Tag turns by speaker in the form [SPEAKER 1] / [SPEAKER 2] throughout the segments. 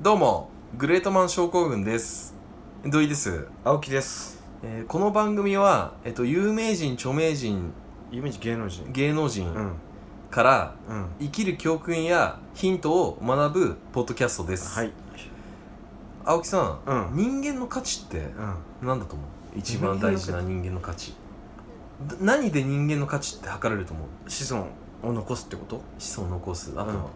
[SPEAKER 1] どうも、グレートマン症候群です。土井です。
[SPEAKER 2] 青木です、
[SPEAKER 1] えーこの番組は、えっと、有名人、著名人、
[SPEAKER 2] 有名人芸能人
[SPEAKER 1] 芸能
[SPEAKER 2] う
[SPEAKER 1] 人
[SPEAKER 2] ん
[SPEAKER 1] から
[SPEAKER 2] うん
[SPEAKER 1] 生きる教訓やヒントを学ぶポッドキャストです。
[SPEAKER 2] はい
[SPEAKER 1] 青木さん、
[SPEAKER 2] うん
[SPEAKER 1] 人間の価値って
[SPEAKER 2] うん
[SPEAKER 1] 何だと思う一番大事な人間の価値。ど何で人間の価値って測れると思う
[SPEAKER 2] 子孫を残すってこと
[SPEAKER 1] 子孫を残す。あと
[SPEAKER 2] うん
[SPEAKER 1] は、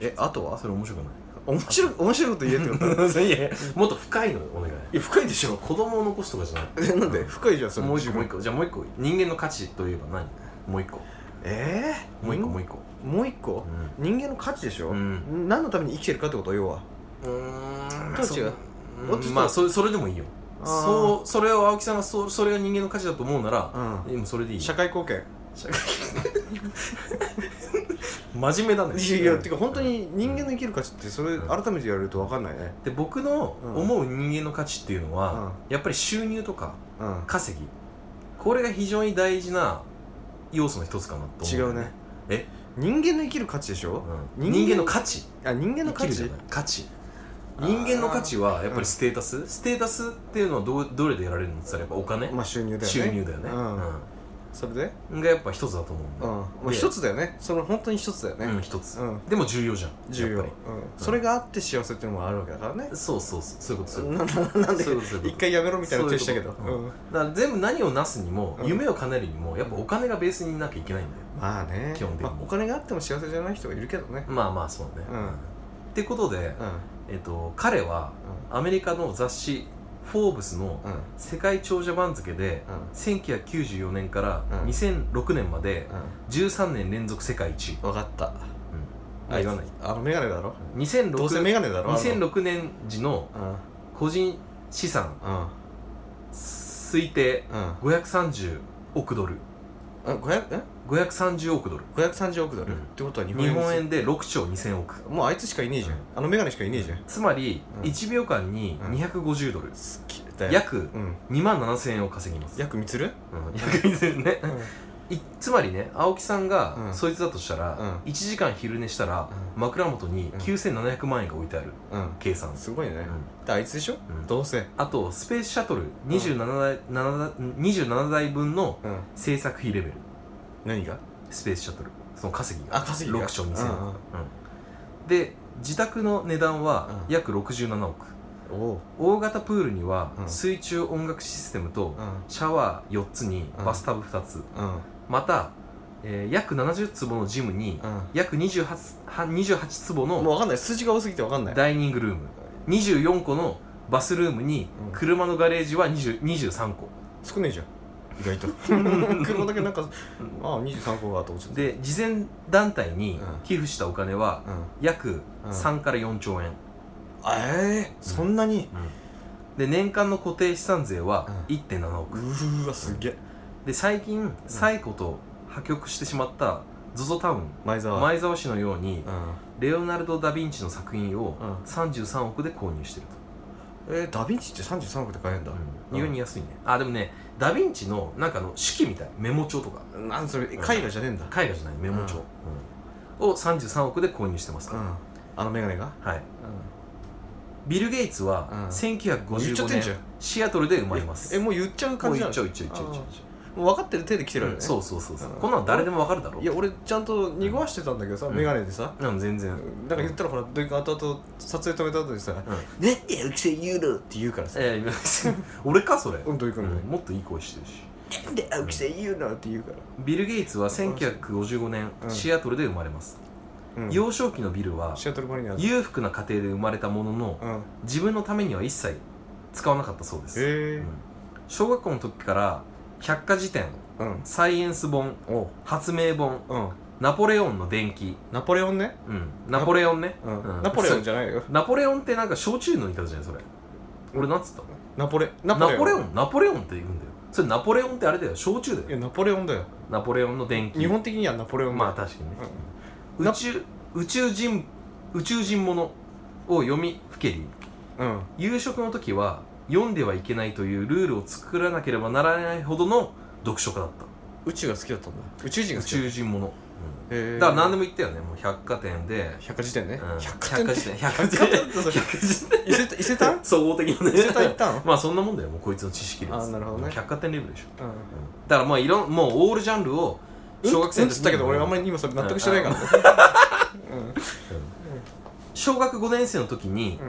[SPEAKER 2] えあと
[SPEAKER 1] あ、
[SPEAKER 2] は
[SPEAKER 1] それ面白く
[SPEAKER 2] 面白い面 白いこと言えってこと
[SPEAKER 1] ない いやいやもっと深いのお願い。
[SPEAKER 2] いや深いでしょ
[SPEAKER 1] 子供を残すとかじゃない。
[SPEAKER 2] えなんで深いじゃんそれ
[SPEAKER 1] もう一個もう一
[SPEAKER 2] 個
[SPEAKER 1] 個じゃあもう一個人間の価値といえば何もう一個
[SPEAKER 2] えー、
[SPEAKER 1] もう一個も
[SPEAKER 2] も
[SPEAKER 1] う一個
[SPEAKER 2] う一個人間の価値でしょ、
[SPEAKER 1] うん
[SPEAKER 2] 何のために生きてるかってこと要は
[SPEAKER 1] うん
[SPEAKER 2] どっちが
[SPEAKER 1] そ
[SPEAKER 2] どっ
[SPEAKER 1] う
[SPEAKER 2] ち
[SPEAKER 1] ん
[SPEAKER 2] と
[SPEAKER 1] まあそれそれでもいいよ
[SPEAKER 2] あー
[SPEAKER 1] そうそれを青木さんがそうそれが人間の価値だと思うなら
[SPEAKER 2] う
[SPEAKER 1] でもそれでいい
[SPEAKER 2] ん社会貢献
[SPEAKER 1] 真面目だね
[SPEAKER 2] いやいやて
[SPEAKER 1] か
[SPEAKER 2] か本当に人間の生きる価値ってそれ
[SPEAKER 1] うん
[SPEAKER 2] 改めて言われると分かんないね
[SPEAKER 1] で僕の
[SPEAKER 2] うん
[SPEAKER 1] 思う人間の価値っていうのはやっぱり収入とか
[SPEAKER 2] うん
[SPEAKER 1] 稼ぎこれが非常に大事な要素の一つかなと
[SPEAKER 2] 違
[SPEAKER 1] 思
[SPEAKER 2] うね
[SPEAKER 1] え
[SPEAKER 2] 人間の生きる価値でしょ、
[SPEAKER 1] うん人間の価値
[SPEAKER 2] あ人間の
[SPEAKER 1] 生き
[SPEAKER 2] 価
[SPEAKER 1] るじゃ
[SPEAKER 2] 値
[SPEAKER 1] ない価値
[SPEAKER 2] あー
[SPEAKER 1] 人間の価値はやっぱりステータス、ステータスっていうのはどうどれでやられるのって言ったらやっぱお金、
[SPEAKER 2] まあ収入だよね
[SPEAKER 1] 収入だよね、
[SPEAKER 2] うん、それで
[SPEAKER 1] うん、がやっぱ一つだと思うんだ
[SPEAKER 2] うん
[SPEAKER 1] よ、
[SPEAKER 2] まあ
[SPEAKER 1] で
[SPEAKER 2] 一つだよねその本当に一つだよね、
[SPEAKER 1] うん一つ、
[SPEAKER 2] うん
[SPEAKER 1] でも重要じゃん
[SPEAKER 2] 重
[SPEAKER 1] や
[SPEAKER 2] 要、
[SPEAKER 1] っ
[SPEAKER 2] うん
[SPEAKER 1] ぱ、
[SPEAKER 2] それがあって幸せっていうのもあるわけだからね
[SPEAKER 1] り、そうそうそうそういうことそういうこ
[SPEAKER 2] なななんで
[SPEAKER 1] そういうことそういうこと
[SPEAKER 2] 一回やめろみたいな手したけど
[SPEAKER 1] そういうこととだから全部何をなすにも、
[SPEAKER 2] うん
[SPEAKER 1] 夢を叶えるにもやっぱお金がベースになきゃいけないんだよ
[SPEAKER 2] うんまあね
[SPEAKER 1] 基本的に
[SPEAKER 2] まあお金があっても幸せじゃない人がいるけどね
[SPEAKER 1] まあまあそうね、
[SPEAKER 2] うん
[SPEAKER 1] ってことで
[SPEAKER 2] う、んうん
[SPEAKER 1] えっと彼はアメリカの雑誌「フォーブス」の
[SPEAKER 2] うん
[SPEAKER 1] 世界長者番付で1994年から
[SPEAKER 2] うん
[SPEAKER 1] 2006年まで13年連続世界一位、
[SPEAKER 2] うん分かった
[SPEAKER 1] あ言わない
[SPEAKER 2] あの眼鏡だろどうせ
[SPEAKER 1] 2006,
[SPEAKER 2] 眼鏡だろあの
[SPEAKER 1] 2006年時の
[SPEAKER 2] うん
[SPEAKER 1] 個人資産
[SPEAKER 2] うん
[SPEAKER 1] 推定
[SPEAKER 2] うん
[SPEAKER 1] 530億ドル
[SPEAKER 2] あ500え
[SPEAKER 1] 530億ドル
[SPEAKER 2] 530億ドル、
[SPEAKER 1] うん
[SPEAKER 2] ってことは日本
[SPEAKER 1] 日
[SPEAKER 2] 円
[SPEAKER 1] 本円で6兆2000億
[SPEAKER 2] もうあいつしかいねえじゃん、
[SPEAKER 1] うん
[SPEAKER 2] あの眼鏡しかいねえじゃん
[SPEAKER 1] つまり
[SPEAKER 2] うん
[SPEAKER 1] 1秒間に250ドル、
[SPEAKER 2] 好きだよ
[SPEAKER 1] 約
[SPEAKER 2] うん
[SPEAKER 1] 2万7000円を稼ぎます、
[SPEAKER 2] 約みつる
[SPEAKER 1] うん、 約2000ね
[SPEAKER 2] うん
[SPEAKER 1] いつまりね青木さんが、
[SPEAKER 2] うん
[SPEAKER 1] そいつだとしたら、
[SPEAKER 2] う
[SPEAKER 1] 1時間昼寝したら、
[SPEAKER 2] うん
[SPEAKER 1] 枕元に
[SPEAKER 2] うん
[SPEAKER 1] 9700万円が置いてある
[SPEAKER 2] うん
[SPEAKER 1] 計算、
[SPEAKER 2] すごいね、
[SPEAKER 1] うん
[SPEAKER 2] であいつでしょ、
[SPEAKER 1] うん
[SPEAKER 2] どうせ
[SPEAKER 1] あとスペースシャトル27台,、7 27台分の
[SPEAKER 2] うん
[SPEAKER 1] 制作費レベル
[SPEAKER 2] 何が
[SPEAKER 1] スペースシャトルその稼ぎが
[SPEAKER 2] あ稼ぎが
[SPEAKER 1] 6兆2000
[SPEAKER 2] うんうん
[SPEAKER 1] うんで自宅の値段は
[SPEAKER 2] うん
[SPEAKER 1] 約67億、
[SPEAKER 2] おお
[SPEAKER 1] 大型プールには
[SPEAKER 2] うん
[SPEAKER 1] 水中音楽システムと
[SPEAKER 2] うん
[SPEAKER 1] シャワー4つに
[SPEAKER 2] うん
[SPEAKER 1] バスタブ2つ、
[SPEAKER 2] うん
[SPEAKER 1] また、えー約70坪のジムに
[SPEAKER 2] う
[SPEAKER 1] 約 28, は28坪
[SPEAKER 2] んもう
[SPEAKER 1] の
[SPEAKER 2] 分かんない数字が多すぎて分かんない
[SPEAKER 1] ダイニングルーム24個のバスルームに
[SPEAKER 2] うん
[SPEAKER 1] 車のガレージは20 23個
[SPEAKER 2] 少ねえじゃん意 外と車だけなんかああ23個がと思っちゃった
[SPEAKER 1] で慈善団体に
[SPEAKER 2] うん
[SPEAKER 1] 寄付したお金は
[SPEAKER 2] うん
[SPEAKER 1] 約
[SPEAKER 2] うん
[SPEAKER 1] 3から4兆円、
[SPEAKER 2] ええそんなに
[SPEAKER 1] で年間の固定資産税は1.7億、
[SPEAKER 2] うーわすげえ
[SPEAKER 1] で最近サイコと破局してしまった ZOZO タウン
[SPEAKER 2] 前澤
[SPEAKER 1] 前澤氏のように
[SPEAKER 2] うん
[SPEAKER 1] レオナルド・ダ・ヴィンチの作品を
[SPEAKER 2] うん
[SPEAKER 1] 33億で購入してると
[SPEAKER 2] えー、ダヴィンチって33億で買えんだ、
[SPEAKER 1] うん、意外に安いねあでもねダ・ヴィンチのなんかあの手記みたいメモ帳とか
[SPEAKER 2] なんそれ絵画じゃねえんだ
[SPEAKER 1] 絵画じゃないメモ帳、うんを33億で購入してます
[SPEAKER 2] う
[SPEAKER 1] から、
[SPEAKER 2] んあの眼鏡が
[SPEAKER 1] はいビル・ゲイツは
[SPEAKER 2] うん言っちゃ
[SPEAKER 1] 1955
[SPEAKER 2] ってんじゃ
[SPEAKER 1] 年
[SPEAKER 2] ん
[SPEAKER 1] シアトルで生まれます
[SPEAKER 2] えもう言っちゃう
[SPEAKER 1] も
[SPEAKER 2] 感
[SPEAKER 1] うい
[SPEAKER 2] じな
[SPEAKER 1] っ
[SPEAKER 2] の
[SPEAKER 1] ちゃういっちゃういっちゃういっちゃういっちゃ
[SPEAKER 2] もう分かってる手で来て
[SPEAKER 1] う
[SPEAKER 2] る
[SPEAKER 1] う
[SPEAKER 2] わけ
[SPEAKER 1] ん
[SPEAKER 2] ね
[SPEAKER 1] そうそうそうそう
[SPEAKER 2] うん
[SPEAKER 1] こんなの誰でもわかるだろ
[SPEAKER 2] いや俺ちゃんと濁わしてたんだけどさ、
[SPEAKER 1] うん
[SPEAKER 2] メガネでさ
[SPEAKER 1] うん全然
[SPEAKER 2] なんか言ったらほらどういうか後々撮影止めた後にさ「
[SPEAKER 1] ん
[SPEAKER 2] なんで青木さん言うの?」って言うからさ
[SPEAKER 1] ええ 俺かそれ、
[SPEAKER 2] うんどういう
[SPEAKER 1] う
[SPEAKER 2] か
[SPEAKER 1] ん
[SPEAKER 2] ね
[SPEAKER 1] もっといい声してるし
[SPEAKER 2] 「なんで青木さん言うの?」って言うから、
[SPEAKER 1] ビル・ゲイツは1955年、
[SPEAKER 2] うん
[SPEAKER 1] シアトルで生まれます、
[SPEAKER 2] うん
[SPEAKER 1] 幼少期のビルは
[SPEAKER 2] シアトルマリナーズ
[SPEAKER 1] 裕福な家庭で生まれたものの、
[SPEAKER 2] うん
[SPEAKER 1] 自分のためには一切使わなかったそうです、
[SPEAKER 2] へえ
[SPEAKER 1] うん小学校の時から百科事典
[SPEAKER 2] うん
[SPEAKER 1] サイエンス本
[SPEAKER 2] おう
[SPEAKER 1] 発明本
[SPEAKER 2] うん
[SPEAKER 1] ナポレオンの伝記、
[SPEAKER 2] ナポレオンね
[SPEAKER 1] うん、ナポレオンね、
[SPEAKER 2] うん、
[SPEAKER 1] うん
[SPEAKER 2] ナポレオンじゃないよ
[SPEAKER 1] ナポレオンってなんか焼酎のいたじゃんそれ俺なんつったの
[SPEAKER 2] ナポレナ
[SPEAKER 1] ナポレオ
[SPEAKER 2] ン
[SPEAKER 1] ンナポレオンって言うんだよそれナポレオンってあれだよ焼酎
[SPEAKER 2] い
[SPEAKER 1] だよ
[SPEAKER 2] やナポレオンだよ
[SPEAKER 1] ナポレオンの伝記
[SPEAKER 2] 日本的にはナポレオンだ
[SPEAKER 1] まあ
[SPEAKER 2] よ
[SPEAKER 1] 確かにね、
[SPEAKER 2] うん
[SPEAKER 1] 宇宙宇宙人宇宙人ものを読みふけり
[SPEAKER 2] うん、
[SPEAKER 1] 夕食の時は読んではいけないというルールを作らなければならないほどの読書家だっ
[SPEAKER 2] 宇宙が好きだったんだ宇宙人
[SPEAKER 1] た
[SPEAKER 2] が
[SPEAKER 1] 宇
[SPEAKER 2] 好きだっ
[SPEAKER 1] 宙人もの、
[SPEAKER 2] へ
[SPEAKER 1] だから何でも
[SPEAKER 2] も
[SPEAKER 1] 言ったよねもう百貨店で、
[SPEAKER 2] 百貨事典
[SPEAKER 1] う
[SPEAKER 2] ね、
[SPEAKER 1] ん、
[SPEAKER 2] 百貨店
[SPEAKER 1] 百貨
[SPEAKER 2] って
[SPEAKER 1] 店百貨店
[SPEAKER 2] 百貨
[SPEAKER 1] 百
[SPEAKER 2] 店
[SPEAKER 1] 貨 店
[SPEAKER 2] 伊勢伊勢丹
[SPEAKER 1] 総合的なね
[SPEAKER 2] 伊勢丹行った の
[SPEAKER 1] まあそんなもんだよもうこいつの知識です
[SPEAKER 2] あーなるほどね
[SPEAKER 1] 百貨店レベルでしょ
[SPEAKER 2] うん
[SPEAKER 1] だからまあいろんもうオールジャンルを小学生
[SPEAKER 2] うん
[SPEAKER 1] の
[SPEAKER 2] っ
[SPEAKER 1] 時に
[SPEAKER 2] つったけど俺あんまり今それ納得してないから、うん
[SPEAKER 1] 小学5年生の時に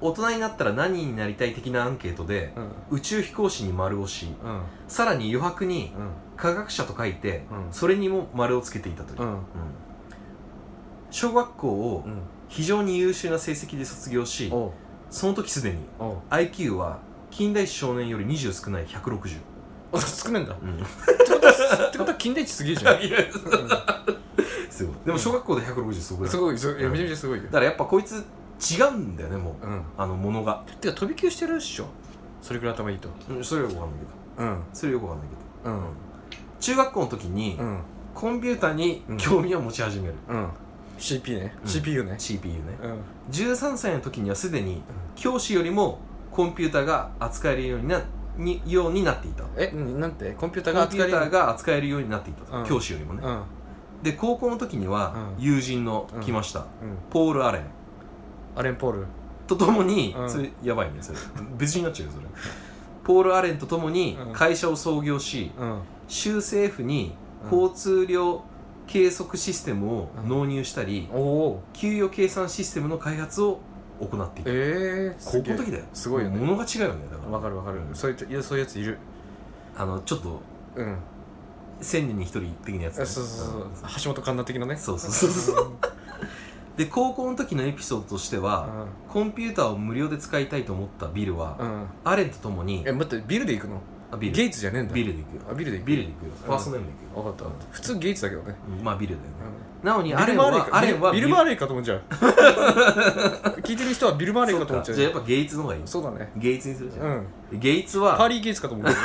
[SPEAKER 2] うん
[SPEAKER 1] 大人になったら何になりたい的なアンケートで
[SPEAKER 2] うん
[SPEAKER 1] 宇宙飛行士に丸をし
[SPEAKER 2] うん
[SPEAKER 1] さらに余白に
[SPEAKER 2] うん
[SPEAKER 1] 科学者と書いて
[SPEAKER 2] うん
[SPEAKER 1] それにも丸をつけていたという、
[SPEAKER 2] う
[SPEAKER 1] うん
[SPEAKER 2] ん
[SPEAKER 1] 小学校を
[SPEAKER 2] うん
[SPEAKER 1] 非常に優秀な成績で卒業し
[SPEAKER 2] おう
[SPEAKER 1] その時すでに
[SPEAKER 2] おう
[SPEAKER 1] IQ は近代史少年より20少ない160、
[SPEAKER 2] あ少ないんだっ
[SPEAKER 1] うん、
[SPEAKER 2] てことは金田一すげえじゃん、
[SPEAKER 1] すごいでも小学校で160すご
[SPEAKER 2] う
[SPEAKER 1] い
[SPEAKER 2] ん
[SPEAKER 1] だ
[SPEAKER 2] す
[SPEAKER 1] か
[SPEAKER 2] ごいすごいいやめちゃめちゃすごいよ
[SPEAKER 1] らやっぱこいつ違うんだよねもう
[SPEAKER 2] うん
[SPEAKER 1] あのものが
[SPEAKER 2] てか飛び級してるっしょそれくらい頭いいと
[SPEAKER 1] うんそれはよくわかんないけど
[SPEAKER 2] うん
[SPEAKER 1] それはよくわかんないけど
[SPEAKER 2] うん
[SPEAKER 1] 中学校の時に、
[SPEAKER 2] うん
[SPEAKER 1] コンピューターに興味を持ち始める、
[SPEAKER 2] うん CP ね、
[SPEAKER 1] うん
[SPEAKER 2] CPU ね
[SPEAKER 1] CPU ね
[SPEAKER 2] うん
[SPEAKER 1] 13歳の時にはすでに教師よりもコンピューターが扱えるようになにようになっていたコン
[SPEAKER 2] えなんてコンピュ
[SPEAKER 1] ピ
[SPEAKER 2] ーター
[SPEAKER 1] ュ
[SPEAKER 2] が
[SPEAKER 1] ーター
[SPEAKER 2] が
[SPEAKER 1] が扱えるようになっていた、
[SPEAKER 2] うん
[SPEAKER 1] 教師よりもね、
[SPEAKER 2] うん
[SPEAKER 1] で高校の時には
[SPEAKER 2] うん
[SPEAKER 1] 友人の来ました、
[SPEAKER 2] うん
[SPEAKER 1] ポール・アレン
[SPEAKER 2] アレン・ポール
[SPEAKER 1] とともに、
[SPEAKER 2] うん
[SPEAKER 1] それやばいねそれ別人になっちゃうよそれポール・アレンとともに
[SPEAKER 2] うん
[SPEAKER 1] 会社を創業し
[SPEAKER 2] うん
[SPEAKER 1] 州政府に
[SPEAKER 2] うん
[SPEAKER 1] 交通量計測システムを納入したり、
[SPEAKER 2] おお
[SPEAKER 1] 給与計算システムの開発を行っていた
[SPEAKER 2] ええ
[SPEAKER 1] 高校の時
[SPEAKER 2] だ
[SPEAKER 1] だよ
[SPEAKER 2] すごいよね
[SPEAKER 1] ものが違うよねだから
[SPEAKER 2] わかるわかる
[SPEAKER 1] うん
[SPEAKER 2] そういういやそういうやついる
[SPEAKER 1] あのちょっと
[SPEAKER 2] うん
[SPEAKER 1] 千人に一人的なやつ、
[SPEAKER 2] あそうそうそう
[SPEAKER 1] うん
[SPEAKER 2] 橋本環奈的なね
[SPEAKER 1] そうそうそうそで高校の時のエピソードとして
[SPEAKER 2] う
[SPEAKER 1] は、
[SPEAKER 2] ん
[SPEAKER 1] コンピューターを無料で使いたいと思ったビルは、
[SPEAKER 2] うん
[SPEAKER 1] アレンと共に
[SPEAKER 2] え待ってビルで行くの
[SPEAKER 1] あビル
[SPEAKER 2] ゲイツじゃねえんだ
[SPEAKER 1] ビルで行くよ
[SPEAKER 2] あビルで行く
[SPEAKER 1] ビルで行くよ
[SPEAKER 2] ん
[SPEAKER 1] ファーストネームで行くよ
[SPEAKER 2] 分かったわかった普通ゲイツだけどね
[SPEAKER 1] うんまあビルだよね、
[SPEAKER 2] うん
[SPEAKER 1] なのに
[SPEAKER 2] ビ
[SPEAKER 1] アレ
[SPEAKER 2] ル
[SPEAKER 1] ン
[SPEAKER 2] マーレ
[SPEAKER 1] は
[SPEAKER 2] イか
[SPEAKER 1] アレンは
[SPEAKER 2] ビルビルマーレイかと思っちゃう聞いてる人はビルマーレイかと思っち
[SPEAKER 1] じ
[SPEAKER 2] ゃ
[SPEAKER 1] ゃ
[SPEAKER 2] う
[SPEAKER 1] あやっぱゲイツの方がいい
[SPEAKER 2] そうだね
[SPEAKER 1] ゲイツにするじゃ、
[SPEAKER 2] うんん
[SPEAKER 1] ゲイツは
[SPEAKER 2] パーリーゲイツかと思うけどね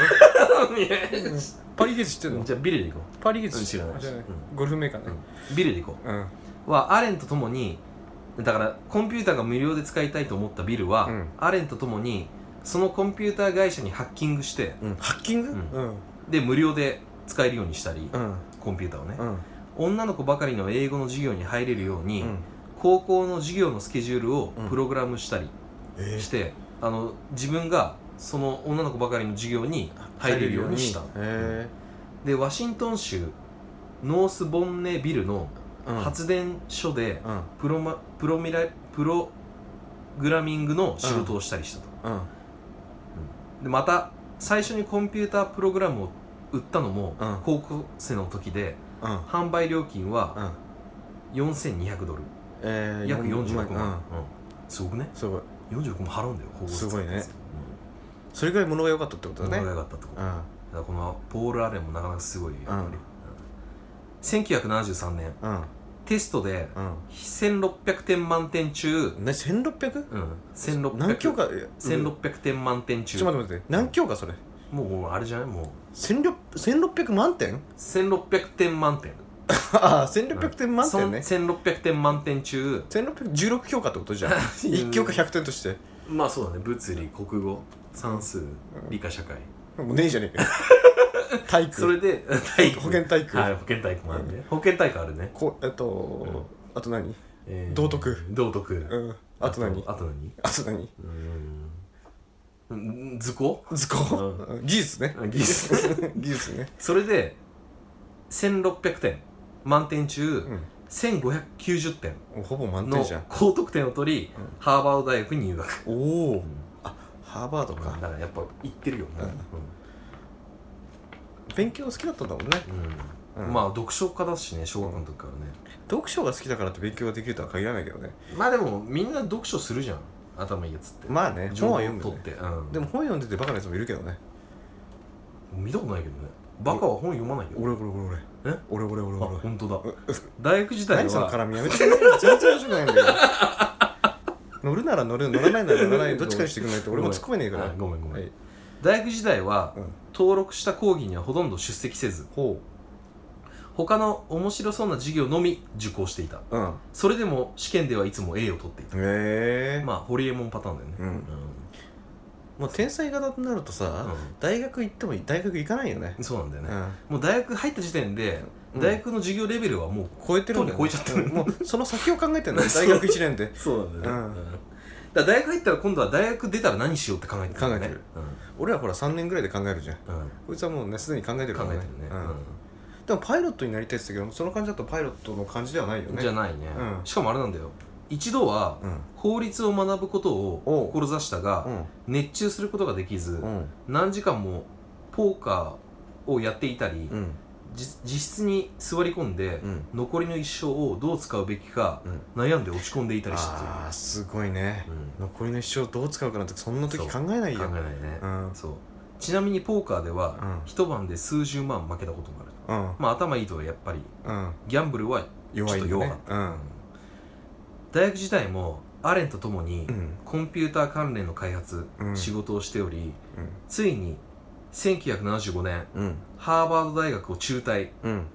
[SPEAKER 2] パーリーゲイツ知ってるの
[SPEAKER 1] じゃあビルで行こ
[SPEAKER 2] パーリーゲイツ
[SPEAKER 1] 知らない
[SPEAKER 2] 知らない
[SPEAKER 1] うん
[SPEAKER 2] ゴルフメーカー
[SPEAKER 1] う
[SPEAKER 2] ね、
[SPEAKER 1] うんビルで行こう
[SPEAKER 2] うん
[SPEAKER 1] はアレンと共にだからコンピューターが無料で使いたいと思ったビルは、
[SPEAKER 2] うん
[SPEAKER 1] アレンと共にそのコンピューター会社にハッキングして
[SPEAKER 2] うん、ハッキング
[SPEAKER 1] うん
[SPEAKER 2] うん
[SPEAKER 1] で無料で使えるようにしたり、
[SPEAKER 2] うん
[SPEAKER 1] コンピューターをね、
[SPEAKER 2] うん
[SPEAKER 1] 女の子ばかりの英語の授業に入れるように、
[SPEAKER 2] うん
[SPEAKER 1] 高校の授業のスケジュールを
[SPEAKER 2] うん
[SPEAKER 1] プログラムしたり
[SPEAKER 2] え
[SPEAKER 1] して、あの自分がその女の子ばかりの授業に入れるようにした
[SPEAKER 2] へえ
[SPEAKER 1] でワシントン州ノースボンネビルの
[SPEAKER 2] うん
[SPEAKER 1] 発電所で、
[SPEAKER 2] うん
[SPEAKER 1] プロマプロミラプログラミングの仕事をしたりしたと、
[SPEAKER 2] うん
[SPEAKER 1] でまた最初にコンピュータープログラムを売ったのも
[SPEAKER 2] うん
[SPEAKER 1] 高校生の時で
[SPEAKER 2] うん
[SPEAKER 1] 販売料金
[SPEAKER 2] う
[SPEAKER 1] は
[SPEAKER 2] ん
[SPEAKER 1] 4200ドル、
[SPEAKER 2] えー
[SPEAKER 1] 約
[SPEAKER 2] 四
[SPEAKER 1] 45万、
[SPEAKER 2] う
[SPEAKER 1] うん
[SPEAKER 2] ん
[SPEAKER 1] すごくね
[SPEAKER 2] すごい
[SPEAKER 1] 45万払うんだよ高校生
[SPEAKER 2] すごいねそれぐらい物が良かったって
[SPEAKER 1] う
[SPEAKER 2] こ
[SPEAKER 1] ん
[SPEAKER 2] と
[SPEAKER 1] 物
[SPEAKER 2] だ
[SPEAKER 1] が
[SPEAKER 2] ね
[SPEAKER 1] 良かったとこ、
[SPEAKER 2] う
[SPEAKER 1] だか
[SPEAKER 2] ん
[SPEAKER 1] らこのポール・アレンもなかなかすごいよやっぱり、
[SPEAKER 2] う
[SPEAKER 1] う
[SPEAKER 2] ん
[SPEAKER 1] ん1973年
[SPEAKER 2] うん
[SPEAKER 1] テストで
[SPEAKER 2] う
[SPEAKER 1] 1600点満点中、
[SPEAKER 2] んね 1600?
[SPEAKER 1] うん、1600
[SPEAKER 2] 何教科え
[SPEAKER 1] 1600点満点中
[SPEAKER 2] ちょっと待って待って何教科それ
[SPEAKER 1] もうもうあれじゃないもう
[SPEAKER 2] 1600 1600満点
[SPEAKER 1] 1600点満点
[SPEAKER 2] ああ1600点満点ね
[SPEAKER 1] そん1600点満点中
[SPEAKER 2] 1616教科っ てことじゃん1教科100点として
[SPEAKER 1] まあそうだね物理国語算数理科社会
[SPEAKER 2] もうねえじゃね えか体育
[SPEAKER 1] それで体育
[SPEAKER 2] 保健体育
[SPEAKER 1] はい保健体育もあるね保健体育あるね
[SPEAKER 2] こえっとあと何
[SPEAKER 1] えー
[SPEAKER 2] 道徳
[SPEAKER 1] 道徳
[SPEAKER 2] うんあと何
[SPEAKER 1] あと何
[SPEAKER 2] あと何
[SPEAKER 1] うーん図工
[SPEAKER 2] 図工
[SPEAKER 1] う
[SPEAKER 2] 技術ね
[SPEAKER 1] あ技術
[SPEAKER 2] 技術ね
[SPEAKER 1] それで1600点満点中
[SPEAKER 2] うん
[SPEAKER 1] 1590点
[SPEAKER 2] もうほぼ満点
[SPEAKER 1] の
[SPEAKER 2] じゃん
[SPEAKER 1] 高得点を取り
[SPEAKER 2] うん
[SPEAKER 1] ハーバード大学に入学
[SPEAKER 2] おおあハーバード
[SPEAKER 1] だ
[SPEAKER 2] か
[SPEAKER 1] からやっぱ行ってるよね
[SPEAKER 2] うん勉強好きだったんだもんね
[SPEAKER 1] うん
[SPEAKER 2] うん
[SPEAKER 1] まあ読書家だしね小学校の時からね
[SPEAKER 2] 読書が好きだからって勉強ができるとは限らないけどね
[SPEAKER 1] まあでもみんな読書するじゃん頭いいやつって
[SPEAKER 2] まあね
[SPEAKER 1] 情
[SPEAKER 2] 本
[SPEAKER 1] 報を
[SPEAKER 2] は読むよ
[SPEAKER 1] 取っ
[SPEAKER 2] ね
[SPEAKER 1] てうん
[SPEAKER 2] でも本読んでてバカなやつもいるけどね
[SPEAKER 1] 見たことないけどねバカは本読まないけど
[SPEAKER 2] 俺俺俺俺
[SPEAKER 1] え
[SPEAKER 2] 俺俺
[SPEAKER 1] あ
[SPEAKER 2] 俺俺
[SPEAKER 1] 本当 だ
[SPEAKER 2] う
[SPEAKER 1] 大学時代
[SPEAKER 2] 何その
[SPEAKER 1] は
[SPEAKER 2] 絡みやめて全然面白くないんだけど乗るなら乗る乗らないなら乗 らないどっちかにしてくんないと俺も突っ込めねえから
[SPEAKER 1] はいごめんごめん
[SPEAKER 2] はい
[SPEAKER 1] 大学時代は
[SPEAKER 2] うん
[SPEAKER 1] 登録した講義にはほとんど出席せず
[SPEAKER 2] ほ
[SPEAKER 1] 他の面白そうな授業のみ受講していた
[SPEAKER 2] ううんへ
[SPEAKER 1] それでも試験ではいつも A を取っていた
[SPEAKER 2] え
[SPEAKER 1] まあホリエモンパターンだよね
[SPEAKER 2] うんもう天才型になる
[SPEAKER 1] う
[SPEAKER 2] と
[SPEAKER 1] ん
[SPEAKER 2] さ大学行っても大学行かないよね
[SPEAKER 1] うんそうなんだよ
[SPEAKER 2] う
[SPEAKER 1] ね
[SPEAKER 2] ん
[SPEAKER 1] もう大学入った時点で
[SPEAKER 2] うん
[SPEAKER 1] 大学の授業レベルはもう
[SPEAKER 2] 超えてるんだよ、
[SPEAKER 1] とうに超えちゃってる
[SPEAKER 2] うんもうその先を考えてるんだ よ
[SPEAKER 1] そう
[SPEAKER 2] 大学1年で
[SPEAKER 1] そうなん
[SPEAKER 2] だよね
[SPEAKER 1] だから大学入ったら今度は大学出たら何しようって考えてるよね
[SPEAKER 2] 考えてる俺らほら3年ぐらいで考えるじゃん
[SPEAKER 1] うん、うん
[SPEAKER 2] こいつはもうねすでに考えてるか
[SPEAKER 1] 考
[SPEAKER 2] ら
[SPEAKER 1] え
[SPEAKER 2] ね
[SPEAKER 1] てるね、
[SPEAKER 2] うんでもパイロットになりたいって言ってたけどその感じだとパイロットの感じではないよ
[SPEAKER 1] うん
[SPEAKER 2] ね
[SPEAKER 1] じゃないね、
[SPEAKER 2] うん
[SPEAKER 1] しかもあれなんだよ一度は
[SPEAKER 2] うん
[SPEAKER 1] 法律を学ぶこと
[SPEAKER 2] お
[SPEAKER 1] を
[SPEAKER 2] う
[SPEAKER 1] 志したが、熱中することができず、
[SPEAKER 2] うん
[SPEAKER 1] 何時間もポーカーをやっていたり、
[SPEAKER 2] うん
[SPEAKER 1] じ自室に座り込んで、
[SPEAKER 2] うん
[SPEAKER 1] 残りの一生をどう使うべきか
[SPEAKER 2] うん
[SPEAKER 1] 悩んで落ち込んでいたりして
[SPEAKER 2] ああすごいね
[SPEAKER 1] る、うん
[SPEAKER 2] 残りの一生どう使うかなんてそんな時考えないよ
[SPEAKER 1] 考えないね、
[SPEAKER 2] うん
[SPEAKER 1] そうちなみにポーカーでは、
[SPEAKER 2] うん
[SPEAKER 1] 一晩で数十万負けたこともある
[SPEAKER 2] うん
[SPEAKER 1] まあ頭いいとはやっぱり
[SPEAKER 2] うん
[SPEAKER 1] ギャンブルは
[SPEAKER 2] 弱いよね
[SPEAKER 1] ちょっと弱かっ
[SPEAKER 2] うん
[SPEAKER 1] 大学時代もアレンと共に、
[SPEAKER 2] うん
[SPEAKER 1] コンピューター関連の開発、
[SPEAKER 2] うん
[SPEAKER 1] 仕事をしており
[SPEAKER 2] うん
[SPEAKER 1] ついに1975年
[SPEAKER 2] うん
[SPEAKER 1] ハーバード大学を中退
[SPEAKER 2] うん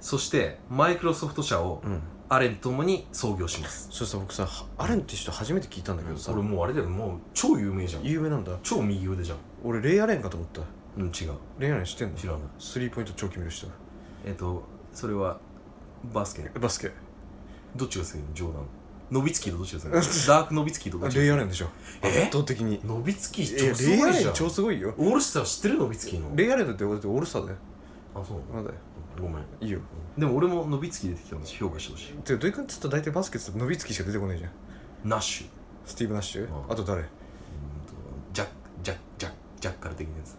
[SPEAKER 1] そしてマイクロソフト社を
[SPEAKER 2] うん
[SPEAKER 1] アレンと共に創業します、
[SPEAKER 2] そうさ僕さアレンって人初めて聞いたんだけどさ
[SPEAKER 1] 俺もうあれだよもう超有名じゃん
[SPEAKER 2] 有名なんだ
[SPEAKER 1] 超右腕じゃん
[SPEAKER 2] 俺レイアレンかと思った
[SPEAKER 1] うん違う
[SPEAKER 2] レイアレン知ってんの
[SPEAKER 1] 知らない
[SPEAKER 2] スリーポイント超決める人
[SPEAKER 1] えっ、とそれはバスケ
[SPEAKER 2] バスケ
[SPEAKER 1] どっちが強いの冗談ノビツキーとどっちが 強いのダークノビツキーとどっちが
[SPEAKER 2] レイ
[SPEAKER 1] 強い
[SPEAKER 2] アレンでしょ
[SPEAKER 1] え
[SPEAKER 2] 圧倒的に
[SPEAKER 1] のノビツキー
[SPEAKER 2] い
[SPEAKER 1] 超
[SPEAKER 2] や
[SPEAKER 1] す
[SPEAKER 2] レイ
[SPEAKER 1] ご
[SPEAKER 2] ア
[SPEAKER 1] い
[SPEAKER 2] レ
[SPEAKER 1] じゃ
[SPEAKER 2] ン
[SPEAKER 1] ん
[SPEAKER 2] 超すごいよ
[SPEAKER 1] オールスター知ってるノビツキーの
[SPEAKER 2] レイアレンだって俺だってオールスターだよ
[SPEAKER 1] あそうなの
[SPEAKER 2] なんだよ
[SPEAKER 1] ごめん
[SPEAKER 2] いいよ
[SPEAKER 1] でも俺もノビツキー出てきたので評価してほしい
[SPEAKER 2] でどういう感じっつったら大体バスケっつったらノビツキしか出てこないじゃん
[SPEAKER 1] ナッシュう
[SPEAKER 2] スティーブ・ナッシ
[SPEAKER 1] うん
[SPEAKER 2] ュあと誰
[SPEAKER 1] ーんとジャックジャックジャックジャッカル的なやつ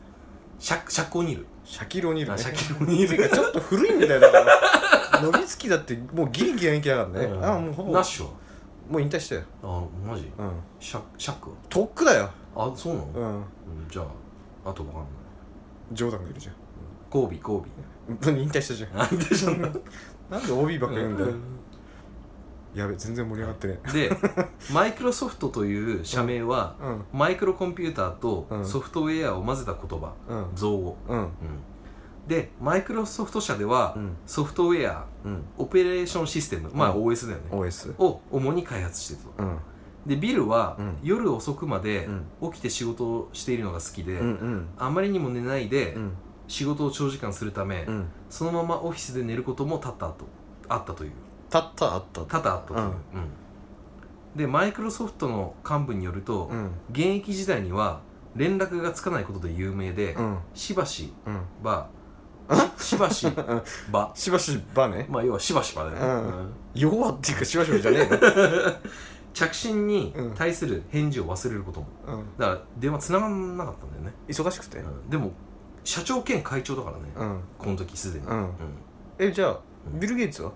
[SPEAKER 1] シャックシャックオニール
[SPEAKER 2] シャキロニール
[SPEAKER 1] あ
[SPEAKER 2] ね
[SPEAKER 1] シャックオニー
[SPEAKER 2] て
[SPEAKER 1] ル
[SPEAKER 2] かちょっと古いんだよだからノビツキだってもうギリギリ現役だからね、
[SPEAKER 1] うん
[SPEAKER 2] ああもうほぼ
[SPEAKER 1] ナッシュは
[SPEAKER 2] もう引退したよ
[SPEAKER 1] あマジ
[SPEAKER 2] うん
[SPEAKER 1] シャッシャック
[SPEAKER 2] とっくだよ
[SPEAKER 1] はあそうなの、
[SPEAKER 2] うん
[SPEAKER 1] うんじゃああとわかんない
[SPEAKER 2] 冗談がいるじゃん
[SPEAKER 1] コービーコービ
[SPEAKER 2] 本当に引退したじゃん
[SPEAKER 1] ーなんでしょんな
[SPEAKER 2] なんで OB ばっか言うんだよ、
[SPEAKER 1] うん
[SPEAKER 2] やべ全然盛り上がってね
[SPEAKER 1] でマイクロソフトという社名は、
[SPEAKER 2] うん
[SPEAKER 1] マイクロコンピューター
[SPEAKER 2] う
[SPEAKER 1] と
[SPEAKER 2] ん
[SPEAKER 1] ソフトウェアを混ぜた言葉、
[SPEAKER 2] うん
[SPEAKER 1] 造語、
[SPEAKER 2] うん
[SPEAKER 1] うんでマイクロソフト社では、
[SPEAKER 2] うん
[SPEAKER 1] ソフトウェア
[SPEAKER 2] うん
[SPEAKER 1] オペレーションシステムまあ OS だよね、
[SPEAKER 2] OS
[SPEAKER 1] を主に開発してると
[SPEAKER 2] うん
[SPEAKER 1] でビルは、
[SPEAKER 2] うん
[SPEAKER 1] 夜遅くまで
[SPEAKER 2] うん
[SPEAKER 1] 起きて仕事をしているのが好きで、
[SPEAKER 2] うんうん
[SPEAKER 1] あまりにも寝ないで、
[SPEAKER 2] うん
[SPEAKER 1] 仕事を長時間するため、
[SPEAKER 2] うん
[SPEAKER 1] そのままオフィスで寝ることも多々あとあったという
[SPEAKER 2] たったあった
[SPEAKER 1] 多々あったという、
[SPEAKER 2] うん
[SPEAKER 1] うんでマイクロソフトの幹部によると、
[SPEAKER 2] うん
[SPEAKER 1] 現役時代には連絡がつかないことで有名で、
[SPEAKER 2] うん
[SPEAKER 1] しばし
[SPEAKER 2] うん
[SPEAKER 1] ばしばし ば
[SPEAKER 2] しばしばね
[SPEAKER 1] まあ要はしばしばだよね、
[SPEAKER 2] うん
[SPEAKER 1] うん
[SPEAKER 2] 弱っていうかしばしばじゃね
[SPEAKER 1] 着信に
[SPEAKER 2] うん
[SPEAKER 1] 対する返事を忘れることも
[SPEAKER 2] えの、うん、
[SPEAKER 1] だから電話つながんなかったんだよね、
[SPEAKER 2] 忙しくて
[SPEAKER 1] うんでも社長兼会長だからね、
[SPEAKER 2] うん
[SPEAKER 1] この時すでに、
[SPEAKER 2] う
[SPEAKER 1] うん
[SPEAKER 2] んえじゃあ
[SPEAKER 1] うん
[SPEAKER 2] ビル・ゲイツは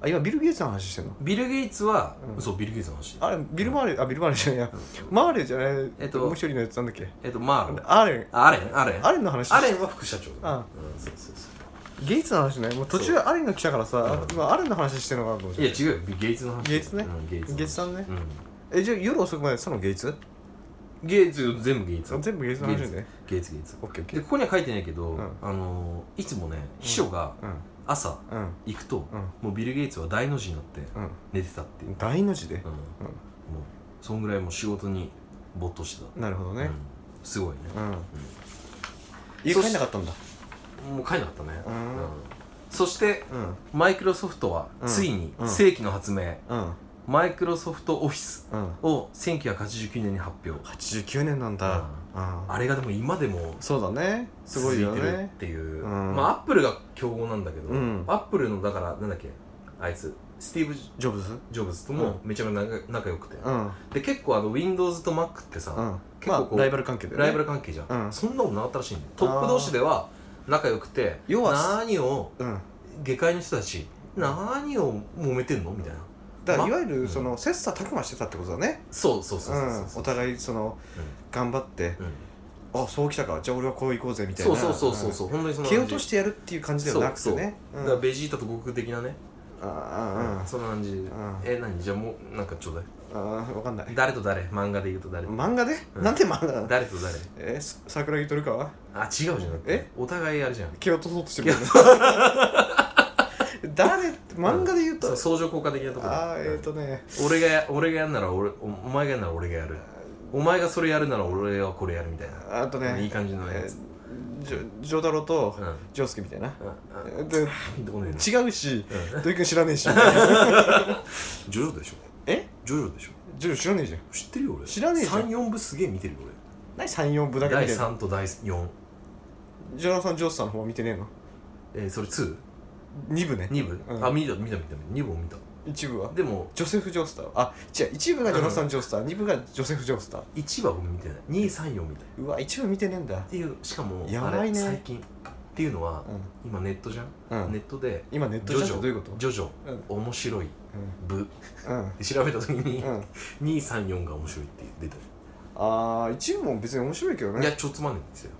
[SPEAKER 2] あ今ビル・ゲイツの話してんの
[SPEAKER 1] ビル・ゲイツは、
[SPEAKER 2] うん
[SPEAKER 1] そうビル・ゲイツの話
[SPEAKER 2] あれビル・マーレーあビル・マーレーじゃないや
[SPEAKER 1] うん
[SPEAKER 2] マーレーじゃない
[SPEAKER 1] えっと
[SPEAKER 2] もう一人のやつなんだっけ
[SPEAKER 1] えっとマーロン
[SPEAKER 2] アレン
[SPEAKER 1] あアレンアレン
[SPEAKER 2] アレンの話
[SPEAKER 1] アレンは副社長だね、うんそうそうそう
[SPEAKER 2] ゲイツの話ねもう途中アレンが来たからさ
[SPEAKER 1] うん
[SPEAKER 2] 今アレンの話してんのかなと思っ
[SPEAKER 1] いや
[SPEAKER 2] て
[SPEAKER 1] 違うよゲイツの話
[SPEAKER 2] ゲイツね
[SPEAKER 1] うんゲイツの話
[SPEAKER 2] ゲイツさんね
[SPEAKER 1] うん
[SPEAKER 2] えじゃあ夜遅くまでやってたのゲイツ
[SPEAKER 1] ゲイツ全部ゲイツ
[SPEAKER 2] 全部ゲイツの話ね
[SPEAKER 1] ゲイツゲイツ
[SPEAKER 2] オッケーオッケ
[SPEAKER 1] で
[SPEAKER 2] ー
[SPEAKER 1] ここには書いてないけど、
[SPEAKER 2] うん
[SPEAKER 1] あのーいつもね秘書が
[SPEAKER 2] うん
[SPEAKER 1] 朝
[SPEAKER 2] うん
[SPEAKER 1] 行くと、
[SPEAKER 2] うん
[SPEAKER 1] もうビル・ゲイツは大の字になって
[SPEAKER 2] う
[SPEAKER 1] 寝てたっていう、
[SPEAKER 2] ん大の字で
[SPEAKER 1] うんもうそんぐらいもう仕事に没頭してた、
[SPEAKER 2] なるほど
[SPEAKER 1] う
[SPEAKER 2] ね
[SPEAKER 1] んすごいね、
[SPEAKER 2] うん家帰んなかったんだ
[SPEAKER 1] もう書いてなかったね、
[SPEAKER 2] うん
[SPEAKER 1] そして
[SPEAKER 2] うん
[SPEAKER 1] マイクロソフトはついに
[SPEAKER 2] うん
[SPEAKER 1] 世紀の発明、
[SPEAKER 2] うん
[SPEAKER 1] マイクロソフトオフィス
[SPEAKER 2] うん
[SPEAKER 1] を1989年に発表
[SPEAKER 2] 89年なんだうん
[SPEAKER 1] あれがでも今でも
[SPEAKER 2] そうだねすご
[SPEAKER 1] 続いて
[SPEAKER 2] いよ
[SPEAKER 1] るっ
[SPEAKER 2] ね
[SPEAKER 1] ていう
[SPEAKER 2] うん
[SPEAKER 1] まあアップルが競合なんだけど、
[SPEAKER 2] うん
[SPEAKER 1] アップルのだからなんだっけあいつスティーブ・
[SPEAKER 2] ジョブズ
[SPEAKER 1] ジョブズともめちゃめちゃ仲仲良くて、
[SPEAKER 2] うんうん
[SPEAKER 1] で結構あの Windows と Mac ってさ、
[SPEAKER 2] ま
[SPEAKER 1] 結構
[SPEAKER 2] あ
[SPEAKER 1] こう
[SPEAKER 2] ライバル関係だよね
[SPEAKER 1] ライバル関係じゃん、
[SPEAKER 2] うん
[SPEAKER 1] そんなことなかったらしいんだよトップ同士では仲良くて
[SPEAKER 2] 要は
[SPEAKER 1] 何を
[SPEAKER 2] うん
[SPEAKER 1] 下界の人たち何を揉めてんのみたいな
[SPEAKER 2] だから
[SPEAKER 1] ま
[SPEAKER 2] いわゆ
[SPEAKER 1] うん
[SPEAKER 2] るその切磋琢磨してたってことだね
[SPEAKER 1] そうそうそううそうそ
[SPEAKER 2] んお
[SPEAKER 1] う
[SPEAKER 2] 互いその頑張って
[SPEAKER 1] うん
[SPEAKER 2] あそうきたかじゃあ俺はこう行こうぜみたい
[SPEAKER 1] そ
[SPEAKER 2] な
[SPEAKER 1] うそうそうそうそう本当にそ
[SPEAKER 2] うん
[SPEAKER 1] の
[SPEAKER 2] 蹴落としててやるっていう感じではなくてねう
[SPEAKER 1] だ
[SPEAKER 2] ん
[SPEAKER 1] からベジータと悟空的なね
[SPEAKER 2] ああ
[SPEAKER 1] そんな感じ
[SPEAKER 2] ん
[SPEAKER 1] え何じゃあもうなんかちょうだい
[SPEAKER 2] ああああわかんない
[SPEAKER 1] 誰と誰漫画で言うと誰と
[SPEAKER 2] 漫画で
[SPEAKER 1] うん
[SPEAKER 2] なんで漫画なの
[SPEAKER 1] 誰と誰
[SPEAKER 2] えす桜木とるかは
[SPEAKER 1] あ違うじゃなくて
[SPEAKER 2] え
[SPEAKER 1] お互いあれじゃん
[SPEAKER 2] 蹴落とそうとしてる 誰漫画で言う
[SPEAKER 1] そ
[SPEAKER 2] と
[SPEAKER 1] う相乗効果的なところ
[SPEAKER 2] ああえっとね
[SPEAKER 1] 俺がや俺がやんなら俺おお前がやんなら俺がやるお前がそれやるなら俺はこれやるみたいな
[SPEAKER 2] あとね
[SPEAKER 1] いい感じのやつ
[SPEAKER 2] えージョジョダロと
[SPEAKER 1] うん
[SPEAKER 2] ジョウスケみたいな
[SPEAKER 1] ああ
[SPEAKER 2] で
[SPEAKER 1] ピンとこねえな
[SPEAKER 2] 違うし土井君知 らねえし
[SPEAKER 1] ジョジョでしょ
[SPEAKER 2] え
[SPEAKER 1] ジョジョでしょ
[SPEAKER 2] ジョジョ知らねえじゃん
[SPEAKER 1] 知ってるよ俺
[SPEAKER 2] 知らねえじゃん
[SPEAKER 1] 34部すげえ見てるよ
[SPEAKER 2] 何34部だ
[SPEAKER 1] 俺
[SPEAKER 2] け見
[SPEAKER 1] 第
[SPEAKER 2] てん
[SPEAKER 1] 3
[SPEAKER 2] の
[SPEAKER 1] と第4
[SPEAKER 2] ジョナサン・ジョースさんの方は見てねえの
[SPEAKER 1] えー、それ 2?2
[SPEAKER 2] 2部ね
[SPEAKER 1] 部、
[SPEAKER 2] うん
[SPEAKER 1] あ見た見た見た2部を見た
[SPEAKER 2] 一部は
[SPEAKER 1] でも
[SPEAKER 2] ジョセフ・ジョースターあ違う一部がジョナサン・ジョースター二部がジョセフ・ジョースター
[SPEAKER 1] 1は僕見てない234みたいっ
[SPEAKER 2] うわ一部見てねえんだ
[SPEAKER 1] ていうしかも
[SPEAKER 2] や
[SPEAKER 1] あ
[SPEAKER 2] ばい
[SPEAKER 1] れ
[SPEAKER 2] ね
[SPEAKER 1] 最近っていうのは、今ネットじゃん、
[SPEAKER 2] うんう
[SPEAKER 1] ネッ
[SPEAKER 2] ん
[SPEAKER 1] トで
[SPEAKER 2] 今ネット
[SPEAKER 1] ジョ
[SPEAKER 2] 上
[SPEAKER 1] ジ
[SPEAKER 2] じゃ
[SPEAKER 1] ョ
[SPEAKER 2] どういうこと
[SPEAKER 1] ジョジョ、面白い部で調べた時に、
[SPEAKER 2] うんうんうん
[SPEAKER 1] 234が面白いって出てる、
[SPEAKER 2] あー一部も別に面白いけど
[SPEAKER 1] いや
[SPEAKER 2] ね
[SPEAKER 1] ちょつまんないんですよ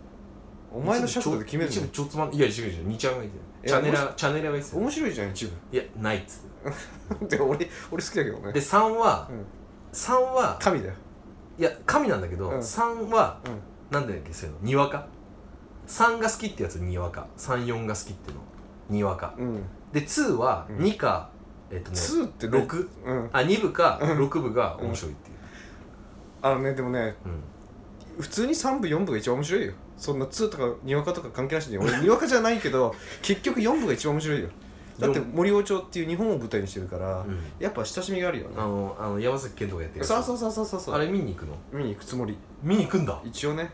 [SPEAKER 2] お前のシャットで決める
[SPEAKER 1] 一部
[SPEAKER 2] の
[SPEAKER 1] ちょつまんいや違う違う2ちゃんがいて
[SPEAKER 2] え
[SPEAKER 1] チャネ
[SPEAKER 2] 面
[SPEAKER 1] ラチャネラがいてたよ
[SPEAKER 2] 面白いじゃん一部
[SPEAKER 1] いやないっつって
[SPEAKER 2] で俺俺好きだけどね
[SPEAKER 1] で3は、
[SPEAKER 2] うん
[SPEAKER 1] 三3は
[SPEAKER 2] 神だよ
[SPEAKER 1] いや神なんだけど、
[SPEAKER 2] うん
[SPEAKER 1] 3は
[SPEAKER 2] うん
[SPEAKER 1] なんでだっけそういうのにわか3が好きってやつにわか34が好きっていうのにわか
[SPEAKER 2] うん
[SPEAKER 1] で2は
[SPEAKER 2] うん
[SPEAKER 1] 2か、えっとね
[SPEAKER 2] 2ってろ
[SPEAKER 1] 6
[SPEAKER 2] うん
[SPEAKER 1] あ2部か
[SPEAKER 2] うん
[SPEAKER 1] 6部が面白いっていう、
[SPEAKER 2] あのねでもね
[SPEAKER 1] うん
[SPEAKER 2] 普通に3部4部が一番面白いよそんな2とかにわかとか関係なし に俺にわかじゃないけど結局4部が一番面白いよだって森王朝っていう日本を舞台にしてるから、
[SPEAKER 1] うん
[SPEAKER 2] やっぱ親しみがあるよ
[SPEAKER 1] あ
[SPEAKER 2] ね
[SPEAKER 1] のあの山崎賢人がやってるやつ
[SPEAKER 2] そうそうそうそうそうそう
[SPEAKER 1] あれ見に行くの
[SPEAKER 2] 見に行くつもり
[SPEAKER 1] 見に行くんだ
[SPEAKER 2] 一応ね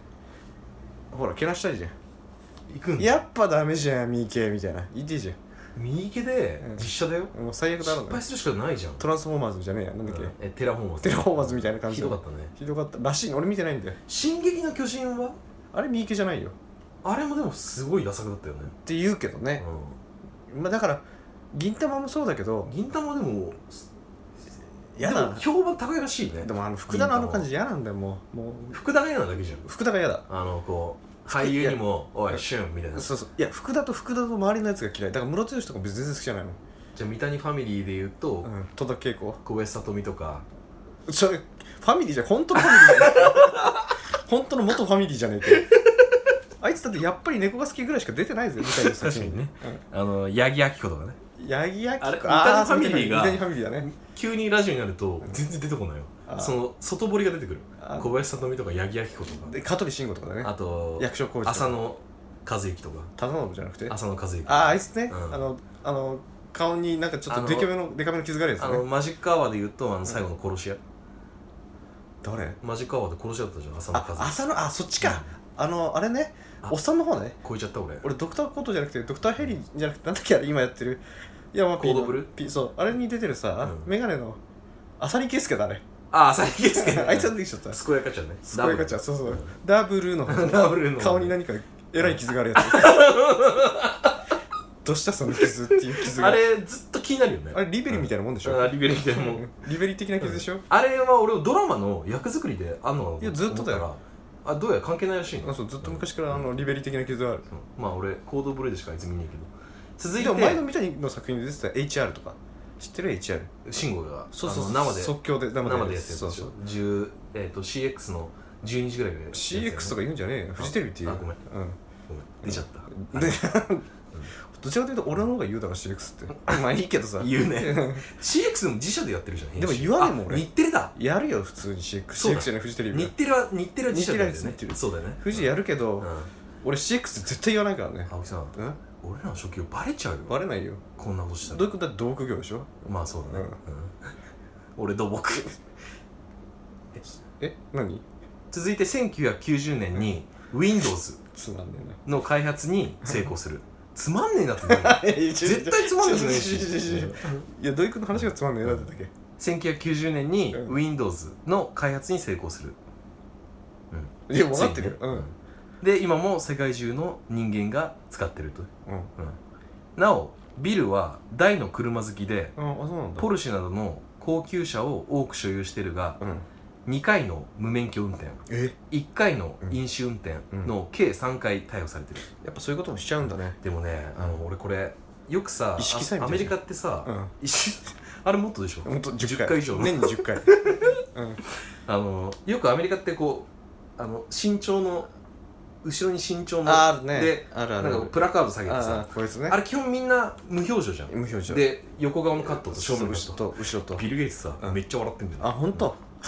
[SPEAKER 2] ほらけなしたいじゃん、
[SPEAKER 1] 行くんだ
[SPEAKER 2] やっぱダメじゃんミーケーみたいな言っていいじ
[SPEAKER 1] 右手で
[SPEAKER 2] うん
[SPEAKER 1] 実写だよ、
[SPEAKER 2] ゃんもう最悪だ
[SPEAKER 1] 失
[SPEAKER 2] ろうね
[SPEAKER 1] 敗するしかないじゃん
[SPEAKER 2] トランスフォーマーズじゃねえやなんだっけ、
[SPEAKER 1] うんえテラフォーマーズ
[SPEAKER 2] テラフォーマーズみたいな感じ
[SPEAKER 1] ひ
[SPEAKER 2] だ
[SPEAKER 1] どかったね
[SPEAKER 2] ひどかったらしいね俺見てないんだよ
[SPEAKER 1] 進撃の巨人は
[SPEAKER 2] あれミーケーじゃないよ
[SPEAKER 1] あれもでもすごいダサくだったよね、
[SPEAKER 2] って言うけどね、まあだから銀魂もそうだけ
[SPEAKER 1] う
[SPEAKER 2] ど
[SPEAKER 1] ん、銀魂はでも
[SPEAKER 2] 嫌
[SPEAKER 1] で
[SPEAKER 2] だ
[SPEAKER 1] も評判高いらしいね
[SPEAKER 2] でもあの福田のあの感じ嫌なんだよもうも
[SPEAKER 1] 福田が嫌なだけじゃん
[SPEAKER 2] う福田が嫌だ
[SPEAKER 1] あのこう俳優にも「おいシュン」みたいなじ
[SPEAKER 2] そうそういや福田と福田と周りのやつが嫌いだからムロツヨシとか別に全然好きじゃないの、
[SPEAKER 1] ゃあ三谷ファミリーで言うと、
[SPEAKER 2] うん、戸田恵子は
[SPEAKER 1] 小林聡美とか
[SPEAKER 2] それファミリーじゃ本当のファミリーじゃない 本当の元ファミリーじゃねえかよあいつだってやっぱり猫が好きぐらいしか出てないぜみたいな作品にね、
[SPEAKER 1] あの八木亜希子とかね
[SPEAKER 2] うん、ヤギヤキ
[SPEAKER 1] あれ
[SPEAKER 2] あー
[SPEAKER 1] 三谷ファミリーが
[SPEAKER 2] 三谷ファミリーだね
[SPEAKER 1] 急にラジオになると全然出てこないよ
[SPEAKER 2] あー
[SPEAKER 1] その外堀が出てくる
[SPEAKER 2] あ
[SPEAKER 1] 小林聡美とか八木亜希子とか
[SPEAKER 2] で香取慎吾とかだね
[SPEAKER 1] あと
[SPEAKER 2] 役所広司
[SPEAKER 1] 浅野和之とか
[SPEAKER 2] 忠信じゃなくてあ
[SPEAKER 1] 浅野和之
[SPEAKER 2] あーあいつね、
[SPEAKER 1] うん
[SPEAKER 2] あのあの顔になんかちょっ
[SPEAKER 1] あ
[SPEAKER 2] と
[SPEAKER 1] の
[SPEAKER 2] デカめのデカめの傷があるやつ
[SPEAKER 1] あの
[SPEAKER 2] ね
[SPEAKER 1] マジックアワーで言うとあの最後の殺し屋、
[SPEAKER 2] 誰
[SPEAKER 1] マジックアワーで殺し屋だったじゃん浅野和之
[SPEAKER 2] あ浅野あそっちか、あのあれね
[SPEAKER 1] あ
[SPEAKER 2] おっさんの方ね
[SPEAKER 1] 超えちゃった俺
[SPEAKER 2] 俺ドクターコートじゃなくてドクターヘリじゃなくてなんだっけあれ今やってるいやまあ
[SPEAKER 1] コードブル
[SPEAKER 2] ピそうあれに出てるさ、
[SPEAKER 1] うん
[SPEAKER 2] メガネの浅利圭介 だね
[SPEAKER 1] あ浅野圭介ね
[SPEAKER 2] あいつは出てきちゃった
[SPEAKER 1] 健やかちゃんね
[SPEAKER 2] すごいガチャそうそううんダブルの
[SPEAKER 1] ダブルの
[SPEAKER 2] 顔に何かえらい傷が あるやつどうしたその傷っていう傷が
[SPEAKER 1] あれずっと気になるよね
[SPEAKER 2] あれリベリみたいなもんでしょ、
[SPEAKER 1] あリベリみたいなもん
[SPEAKER 2] リベリ的な傷でしょ、
[SPEAKER 1] あれは俺ドラマの役作りであんのかな思
[SPEAKER 2] いやずっとだよ
[SPEAKER 1] 思たらあどうやら関係ないらしい
[SPEAKER 2] あ
[SPEAKER 1] の
[SPEAKER 2] そうずっと昔からあのリベリ的な傷がある
[SPEAKER 1] うんまあ俺コードブレーでしかあいつ見に行くけど続い
[SPEAKER 2] でも前の
[SPEAKER 1] て
[SPEAKER 2] 三谷の作品で出てた HR とか知ってる HR
[SPEAKER 1] 慎吾が
[SPEAKER 2] そうそう
[SPEAKER 1] あ
[SPEAKER 2] そう
[SPEAKER 1] の生で
[SPEAKER 2] 即興で生で
[SPEAKER 1] 生でやってる
[SPEAKER 2] そ
[SPEAKER 1] や
[SPEAKER 2] う
[SPEAKER 1] つでし
[SPEAKER 2] そう
[SPEAKER 1] ょ10えっと CX の12時ぐらいが
[SPEAKER 2] CX とか言うんじゃねえよフジテレビっていう
[SPEAKER 1] あごめん
[SPEAKER 2] うん
[SPEAKER 1] ごめん出ちゃった
[SPEAKER 2] で どちらかというと俺の方が言うだから CX ってまあいいけどさ
[SPEAKER 1] 言うね CX でも自社でやってるじゃん
[SPEAKER 2] でも言わねえもん
[SPEAKER 1] あ
[SPEAKER 2] 俺
[SPEAKER 1] 日テレだ
[SPEAKER 2] やるよ普通に CX
[SPEAKER 1] そうだ
[SPEAKER 2] CX じゃないフジテレビ
[SPEAKER 1] 日
[SPEAKER 2] は
[SPEAKER 1] テレは日テレは自社でやるよね
[SPEAKER 2] 日テレです
[SPEAKER 1] そうだよね
[SPEAKER 2] フジやるけど、
[SPEAKER 1] うん
[SPEAKER 2] 俺 CX 絶対言わないからね
[SPEAKER 1] 青木さん
[SPEAKER 2] うん
[SPEAKER 1] 俺らの職業バレちゃうよ
[SPEAKER 2] バレないよ
[SPEAKER 1] こんなことした
[SPEAKER 2] ど
[SPEAKER 1] ら
[SPEAKER 2] ういうことだって同苦業でしょ
[SPEAKER 1] まあそうだね
[SPEAKER 2] うん
[SPEAKER 1] うん俺土木
[SPEAKER 2] え何
[SPEAKER 1] 続いて1990年に Windows
[SPEAKER 2] つまんね
[SPEAKER 1] の開発に成功するつまんねえなって 何
[SPEAKER 2] えな
[SPEAKER 1] 絶対つまんね えじゃないし
[SPEAKER 2] いや土井君の話がつまんねえなってだけ
[SPEAKER 1] 1990年に
[SPEAKER 2] うん
[SPEAKER 1] Windows の開発に成功する
[SPEAKER 2] いや分かってるようん、
[SPEAKER 1] で今も世界中の人間が使ってると
[SPEAKER 2] うん
[SPEAKER 1] なおビルは大の車好きで
[SPEAKER 2] ああそうなんだ
[SPEAKER 1] ポルシェなどの高級車を多く所有してるが
[SPEAKER 2] うん
[SPEAKER 1] 2回の無免許運転
[SPEAKER 2] え
[SPEAKER 1] 1回の飲酒運転の計3回逮捕されてる、
[SPEAKER 2] やっぱそういうこともしちゃうんだね
[SPEAKER 1] でもねあの俺これよくさ
[SPEAKER 2] 意識さえ
[SPEAKER 1] あ
[SPEAKER 2] み
[SPEAKER 1] ア
[SPEAKER 2] た
[SPEAKER 1] メ
[SPEAKER 2] いじ
[SPEAKER 1] リ
[SPEAKER 2] ゃん
[SPEAKER 1] カってさ、
[SPEAKER 2] うん
[SPEAKER 1] 意識 あれもっとでしょ
[SPEAKER 2] ほんと10
[SPEAKER 1] 10
[SPEAKER 2] 回
[SPEAKER 1] 回以上の
[SPEAKER 2] 年に10回 うん
[SPEAKER 1] あのよくアメリカってこうあの身長の後ろに身長の
[SPEAKER 2] ああるね
[SPEAKER 1] で
[SPEAKER 2] ある
[SPEAKER 1] な
[SPEAKER 2] あ
[SPEAKER 1] ん
[SPEAKER 2] る
[SPEAKER 1] かプラカード下げて
[SPEAKER 2] あ
[SPEAKER 1] さ
[SPEAKER 2] あこいつね
[SPEAKER 1] あれ基本みんな無表情じゃん
[SPEAKER 2] 無表情
[SPEAKER 1] で横顔のカットと正面のカッ
[SPEAKER 2] 後ろ
[SPEAKER 1] ト
[SPEAKER 2] と後ろと
[SPEAKER 1] ビル・ゲイツさ、
[SPEAKER 2] うん
[SPEAKER 1] めっちゃ笑ってんだよ
[SPEAKER 2] あ本当っ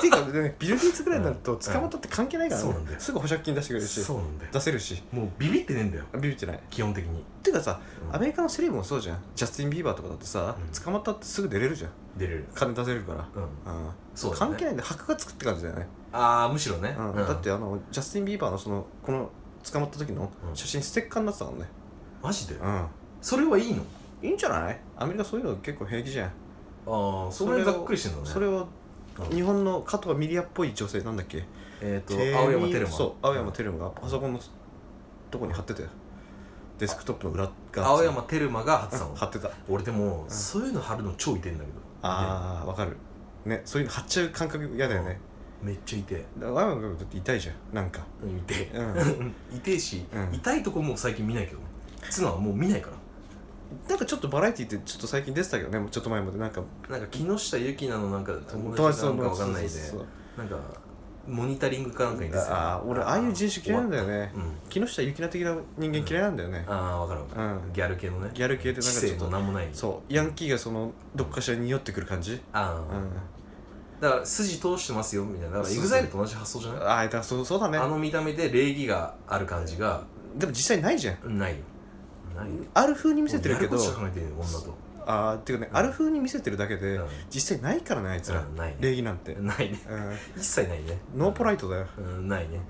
[SPEAKER 2] ていうかれでねビル・ゲイツぐらいになると捕まったって関係ないからね、
[SPEAKER 1] そうなんだよ
[SPEAKER 2] すぐ保釈金出してくれるし
[SPEAKER 1] そうなんだよ
[SPEAKER 2] 出せるし
[SPEAKER 1] もうビビってねえんだよ
[SPEAKER 2] ビビってないっ
[SPEAKER 1] 基本的に
[SPEAKER 2] ていうかさ、
[SPEAKER 1] うん
[SPEAKER 2] アメリカのセレブもそうじゃんジャスティン・ビーバーとかだってさ、
[SPEAKER 1] うん
[SPEAKER 2] 捕まったってすぐ出れるじゃん
[SPEAKER 1] 出れる
[SPEAKER 2] 金出せるから、
[SPEAKER 1] うん
[SPEAKER 2] うん
[SPEAKER 1] そうだね
[SPEAKER 2] 関係ないんで箔がつくって感じだよね、
[SPEAKER 1] ああむしろね、
[SPEAKER 2] うん
[SPEAKER 1] うん
[SPEAKER 2] だってあのジャスティン・ビーバーのそのこの捕まった時の
[SPEAKER 1] うん
[SPEAKER 2] 写真ステッカーになってたもんね
[SPEAKER 1] マジで
[SPEAKER 2] うん
[SPEAKER 1] それはいいの
[SPEAKER 2] いいんじゃないアメリカそういうの結構平気じゃん
[SPEAKER 1] ああそ
[SPEAKER 2] そ
[SPEAKER 1] れ
[SPEAKER 2] れを
[SPEAKER 1] ざっくりしてんのね
[SPEAKER 2] それを
[SPEAKER 1] うん
[SPEAKER 2] 日本の加藤ミリアっぽい女性なんだっけ
[SPEAKER 1] えっ、
[SPEAKER 2] テ
[SPEAKER 1] と青山テルマ
[SPEAKER 2] そう青山テルマがパソコンのとこに貼ってたよデスクトップの裏が
[SPEAKER 1] 青山テルマが貼ってたの
[SPEAKER 2] 貼ってた
[SPEAKER 1] 俺でも、
[SPEAKER 2] ん
[SPEAKER 1] そういうの貼るの超痛いんだけど
[SPEAKER 2] ああわかるねそういうの貼っちゃう感覚嫌だよね
[SPEAKER 1] めっちゃ痛い
[SPEAKER 2] だから青山君だって痛いじゃんなんか
[SPEAKER 1] うん痛い、
[SPEAKER 2] うん
[SPEAKER 1] 痛いし、
[SPEAKER 2] うん
[SPEAKER 1] 痛いとこもう最近見ないけどねつのはもう見ないから
[SPEAKER 2] なんかちょっとバラエティってちょっと最近出てたけどねちょっと前までなんか
[SPEAKER 1] なんか木下ゆきなのなんか友達なのかわかんないで
[SPEAKER 2] そうそうそ
[SPEAKER 1] な
[SPEAKER 2] う
[SPEAKER 1] んかモニタリングかなんかに出てた
[SPEAKER 2] ああ俺ああいう人種嫌いなんだよね
[SPEAKER 1] うん
[SPEAKER 2] 木下ゆきな的な人間嫌いなんだよね、
[SPEAKER 1] ああ分かる分かる、
[SPEAKER 2] うん
[SPEAKER 1] ギャル系のね
[SPEAKER 2] ギャル系でなんかちょっと
[SPEAKER 1] 知性の何もない
[SPEAKER 2] そうヤンキーがそのどっかしらに匂ってくる感じ、
[SPEAKER 1] あ
[SPEAKER 2] う
[SPEAKER 1] あ、
[SPEAKER 2] ん、
[SPEAKER 1] だから筋通してますよみたいなだから
[SPEAKER 2] そう
[SPEAKER 1] EXILE と同じ発想じゃない
[SPEAKER 2] ああだからそうそうだね
[SPEAKER 1] あの見た目で礼儀がある感じが
[SPEAKER 2] でも実際ないじゃん
[SPEAKER 1] ないよないよ
[SPEAKER 2] ある風に見せてるけど
[SPEAKER 1] 俺やることしか考えてない女と
[SPEAKER 2] ああっていうかね、ある風に見せてるだけで、
[SPEAKER 1] うん
[SPEAKER 2] 実際ないからねあいつら、
[SPEAKER 1] うんないね
[SPEAKER 2] 礼儀なんて、うん、
[SPEAKER 1] ないね一切ないね
[SPEAKER 2] ノーポライトだよ、
[SPEAKER 1] うんないね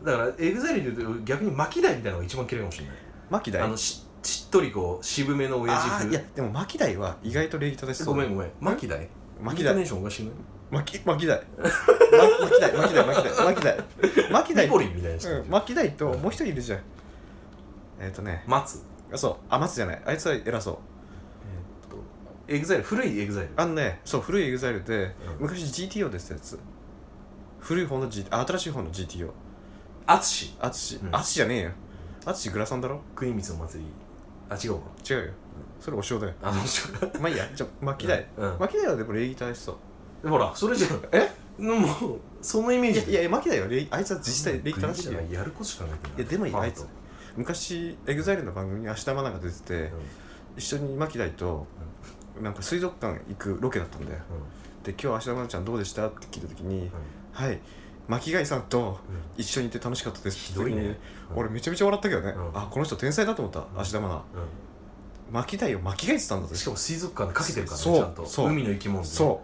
[SPEAKER 2] うん、
[SPEAKER 1] だから EXILE で言うと逆に巻き台みたいなのが一番嫌いかもしれない
[SPEAKER 2] マキダイ
[SPEAKER 1] あのししっとりこう渋めの親父
[SPEAKER 2] あーいや
[SPEAKER 1] 風
[SPEAKER 2] でもマキダイは意外と礼儀正しそ
[SPEAKER 1] ご
[SPEAKER 2] う
[SPEAKER 1] めんごめん巻き台
[SPEAKER 2] マキ
[SPEAKER 1] イン
[SPEAKER 2] ダ
[SPEAKER 1] トネー
[SPEAKER 2] イ
[SPEAKER 1] ションおかしいね
[SPEAKER 2] マキマキダイママキダイマキダイマキダイマキダイ マキダイ
[SPEAKER 1] ミポリンみたいな人
[SPEAKER 2] うん、マキダイともう一人いるじゃんえっ、ー、とね
[SPEAKER 1] 待つ
[SPEAKER 2] あそうあ松じゃないあいつは偉そう
[SPEAKER 1] えっと EXILE 古い EXILE
[SPEAKER 2] あのねそう古い EXILE で、
[SPEAKER 1] うん
[SPEAKER 2] 昔 GTO でしたやつ古い方の G あ新しい方の GTO
[SPEAKER 1] あつし
[SPEAKER 2] あつし
[SPEAKER 1] うん
[SPEAKER 2] あつしじゃねえよあつしグラサンだろ
[SPEAKER 1] 国光の祭りあ違うか
[SPEAKER 2] 違うよそれお塩だよ
[SPEAKER 1] あの人が
[SPEAKER 2] まあいいやじゃあ巻き台
[SPEAKER 1] うん
[SPEAKER 2] 巻き台はでも礼儀正しそう
[SPEAKER 1] ほらそれじゃん
[SPEAKER 2] え
[SPEAKER 1] もうそのイメー
[SPEAKER 2] いや
[SPEAKER 1] ジ
[SPEAKER 2] いやいや巻き台は礼儀あいつは実際礼儀正しいよ
[SPEAKER 1] 国光やることしかないけどない
[SPEAKER 2] やでもいい
[SPEAKER 1] パン
[SPEAKER 2] あいつ昔 EXILE の番組に芦田愛菜が出てて、
[SPEAKER 1] うんうん
[SPEAKER 2] 一緒に巻き台と、なんか水族館行くロケだったんだよで今日芦田愛菜ちゃんどうでしたって聞いた時に、はい巻貝さんと
[SPEAKER 1] うん
[SPEAKER 2] 一緒にいて楽しかったです
[SPEAKER 1] ひどいね
[SPEAKER 2] って時に
[SPEAKER 1] うん
[SPEAKER 2] 俺めちゃめちゃ笑ったけどね、
[SPEAKER 1] うん
[SPEAKER 2] あこの人天才だと思った芦田
[SPEAKER 1] う
[SPEAKER 2] 愛菜
[SPEAKER 1] ん
[SPEAKER 2] 巻き貝を巻き貝てたんだ
[SPEAKER 1] う
[SPEAKER 2] ぜ
[SPEAKER 1] んしかも水族館でかけてるから
[SPEAKER 2] そう
[SPEAKER 1] ねちゃんと
[SPEAKER 2] そう
[SPEAKER 1] 海の生き物で
[SPEAKER 2] そ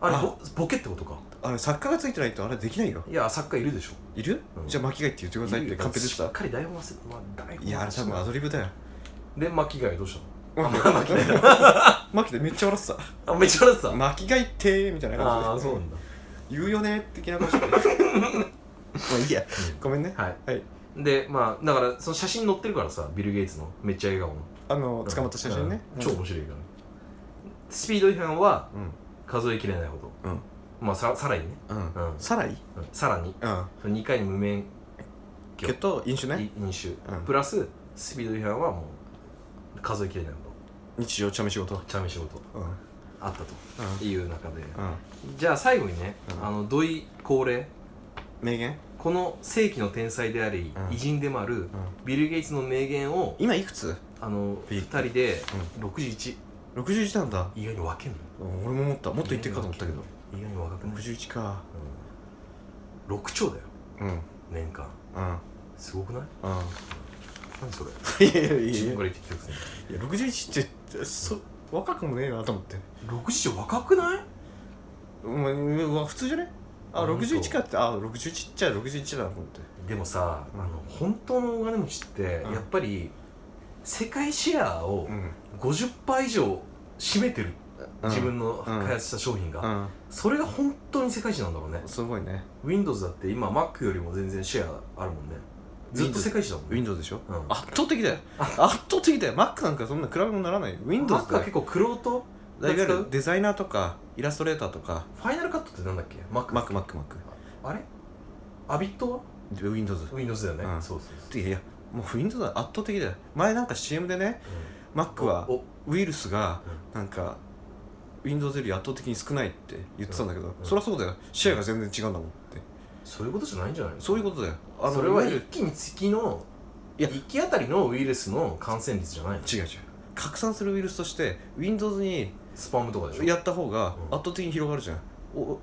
[SPEAKER 1] あれ
[SPEAKER 2] あ
[SPEAKER 1] ボボケってことか
[SPEAKER 2] うあれ作家がついてないとあれできないよ
[SPEAKER 1] いや作家いるでしょ
[SPEAKER 2] いる、
[SPEAKER 1] うん
[SPEAKER 2] じゃあ巻き貝って言ってくださいってカンペ出て
[SPEAKER 1] しったかり台本忘れまあ台本
[SPEAKER 2] いやあれ多分アドリブだよ
[SPEAKER 1] で巻き貝どうした
[SPEAKER 2] 巻き
[SPEAKER 1] 巻貝
[SPEAKER 2] 貝めっちゃ笑って
[SPEAKER 1] のあめっちゃ笑って
[SPEAKER 2] た
[SPEAKER 1] た
[SPEAKER 2] 巻き貝ってーみたいな
[SPEAKER 1] あ
[SPEAKER 2] 感
[SPEAKER 1] あ
[SPEAKER 2] じで
[SPEAKER 1] そうなんだ
[SPEAKER 2] 言うよね的 な顔してたまあいいやごめんね
[SPEAKER 1] はい
[SPEAKER 2] はい
[SPEAKER 1] でまあだからその写真載ってるからさビル・ゲイツのめっちゃ笑顔の
[SPEAKER 2] あの捕まった写真ね、
[SPEAKER 1] うん超面白いからスピード違反は
[SPEAKER 2] う
[SPEAKER 1] 数えきれないほど
[SPEAKER 2] んうん
[SPEAKER 1] まあささらにね、
[SPEAKER 2] うん
[SPEAKER 1] うん
[SPEAKER 2] さらに
[SPEAKER 1] うんさらに
[SPEAKER 2] うん
[SPEAKER 1] 2回の無免許
[SPEAKER 2] けど飲酒ね
[SPEAKER 1] い飲酒、
[SPEAKER 2] うん
[SPEAKER 1] プラススピード違反はもう数えきれないほ
[SPEAKER 2] 日常茶飯事
[SPEAKER 1] ど茶飯事
[SPEAKER 2] うんうん
[SPEAKER 1] あったという中で、
[SPEAKER 2] うん
[SPEAKER 1] じゃあ最後にね、
[SPEAKER 2] うん
[SPEAKER 1] あの土井恒例
[SPEAKER 2] 名言
[SPEAKER 1] この世紀の天才であり、
[SPEAKER 2] うん
[SPEAKER 1] 偉人でもある、ビル・ゲイツの名言を
[SPEAKER 2] 今いくつ
[SPEAKER 1] あの
[SPEAKER 2] いい
[SPEAKER 1] 2人で61、
[SPEAKER 2] ?61 なんだ
[SPEAKER 1] 意外に分けんのよ
[SPEAKER 2] 俺も思ったもっと言ってるかと思ったけど
[SPEAKER 1] 意外に若くない、
[SPEAKER 2] 61か
[SPEAKER 1] うん、6兆だよ
[SPEAKER 2] うんうん
[SPEAKER 1] 年間すごくない何それ
[SPEAKER 2] うん いやいやいや
[SPEAKER 1] 自
[SPEAKER 2] いや
[SPEAKER 1] 分から言ってきたくせに
[SPEAKER 2] いや61ってそ若くもねえなと思って
[SPEAKER 1] 60若くない
[SPEAKER 2] お前うわ普通じゃねあ
[SPEAKER 1] うん
[SPEAKER 2] 61かってあ61っちゃ61だなと思って
[SPEAKER 1] でもさ、
[SPEAKER 2] うん
[SPEAKER 1] あの本当の大金持ちって
[SPEAKER 2] うん
[SPEAKER 1] やっぱり世界シェアを
[SPEAKER 2] ん
[SPEAKER 1] 50%以上占めてる、
[SPEAKER 2] うん
[SPEAKER 1] 自分の
[SPEAKER 2] うん
[SPEAKER 1] 開発した商品が、
[SPEAKER 2] うん
[SPEAKER 1] それが本当に世界一なんだろうね
[SPEAKER 2] すごいね
[SPEAKER 1] Windows だって今 Mac よりも全然シェアあるもんねずっと
[SPEAKER 2] Windows
[SPEAKER 1] 世界一だもんね
[SPEAKER 2] Windows でしょ
[SPEAKER 1] うん
[SPEAKER 2] 圧倒的だよ圧倒的だよ Mac なんかそんな比べもならないよ Windows
[SPEAKER 1] Mac は
[SPEAKER 2] だ
[SPEAKER 1] 結
[SPEAKER 2] よ
[SPEAKER 1] 構クロート
[SPEAKER 2] いわゆ
[SPEAKER 1] 使う
[SPEAKER 2] るデザイナーとかイラストレーターとか
[SPEAKER 1] ファイナルカットってなんだっけ Mac
[SPEAKER 2] Mac Mac Mac
[SPEAKER 1] あれアビットは
[SPEAKER 2] Windows
[SPEAKER 1] Windows だよね、
[SPEAKER 2] うん
[SPEAKER 1] そうそうそう
[SPEAKER 2] いやいやもう Windows は圧倒的だよ前なんか CM でね Mac は
[SPEAKER 1] おお
[SPEAKER 2] ウイルスがなんか Windows より圧倒的に少ないって言ってたんだけど、
[SPEAKER 1] うん
[SPEAKER 2] そりゃそうだよシェアが全然違うんだもんって
[SPEAKER 1] そういうことじゃないんじゃないの
[SPEAKER 2] そういうことだよあの
[SPEAKER 1] それはい
[SPEAKER 2] わゆ
[SPEAKER 1] 一
[SPEAKER 2] る
[SPEAKER 1] 気に月の
[SPEAKER 2] いや
[SPEAKER 1] 一気あたりのウイルスの感染率じゃないの
[SPEAKER 2] 違う違う拡散するウイルスとして Windows に
[SPEAKER 1] スパムとかでしょ
[SPEAKER 2] やった方が
[SPEAKER 1] うん
[SPEAKER 2] 圧倒的に広がるじゃん、お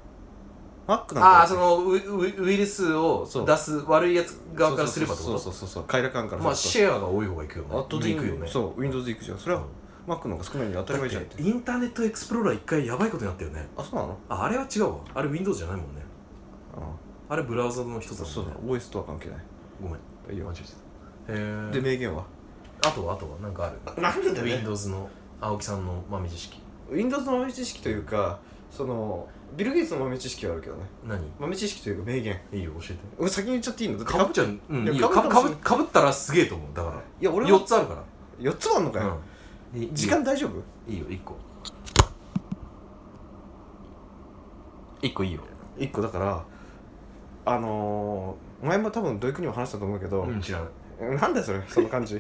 [SPEAKER 2] マックなん
[SPEAKER 1] ああそ
[SPEAKER 2] そう
[SPEAKER 1] のウイウイウイルスを
[SPEAKER 2] そう
[SPEAKER 1] 出す悪いやつ側からすればって
[SPEAKER 2] そ
[SPEAKER 1] こ
[SPEAKER 2] うそ
[SPEAKER 1] と
[SPEAKER 2] うそうそう快楽感から
[SPEAKER 1] まあ
[SPEAKER 2] す
[SPEAKER 1] シェアが多い方がいくよね
[SPEAKER 2] ると圧倒的に
[SPEAKER 1] いくよね
[SPEAKER 2] そう Windows で行くじゃんそれはマックの方が少ないのに当たり前じゃんっ
[SPEAKER 1] だって
[SPEAKER 2] て
[SPEAKER 1] インターネットエクスプローラー一回やばいことになったよね
[SPEAKER 2] あそうなの
[SPEAKER 1] ああれは違うわあれ Windows じゃないもんね
[SPEAKER 2] あ
[SPEAKER 1] あれブラウザの一つだ
[SPEAKER 2] そ
[SPEAKER 1] も
[SPEAKER 2] うんだ
[SPEAKER 1] ね
[SPEAKER 2] OS とは関係ない
[SPEAKER 1] ごめん
[SPEAKER 2] いいよ
[SPEAKER 1] 間違えたへ
[SPEAKER 2] で
[SPEAKER 1] え
[SPEAKER 2] 名言は
[SPEAKER 1] あとはあとはなんかある
[SPEAKER 2] なんだ
[SPEAKER 1] Windows の青木さんの豆知識
[SPEAKER 2] Windows の豆知識というかそのビル・ゲイツの豆知識はあるけどね
[SPEAKER 1] 何
[SPEAKER 2] 豆知識というか名言
[SPEAKER 1] いいよ教えて
[SPEAKER 2] 俺先に言っちゃっていいのだって
[SPEAKER 1] かぶっちゃううん
[SPEAKER 2] いや
[SPEAKER 1] いいよか
[SPEAKER 2] かぶ
[SPEAKER 1] ぶ
[SPEAKER 2] る
[SPEAKER 1] か
[SPEAKER 2] かもしれ
[SPEAKER 1] ぶ
[SPEAKER 2] ない
[SPEAKER 1] かぶったらすげえと思うだか
[SPEAKER 2] いや
[SPEAKER 1] ら
[SPEAKER 2] 俺
[SPEAKER 1] 4
[SPEAKER 2] は
[SPEAKER 1] つあるから
[SPEAKER 2] 4つもあんのかよ、
[SPEAKER 1] うんいい
[SPEAKER 2] 時間大丈夫
[SPEAKER 1] いいよ1個1個いいよ
[SPEAKER 2] 1個だからあのー、前も多分土井君にも話したと思うけど、
[SPEAKER 1] うん知らない
[SPEAKER 2] なんだよそれその感 じ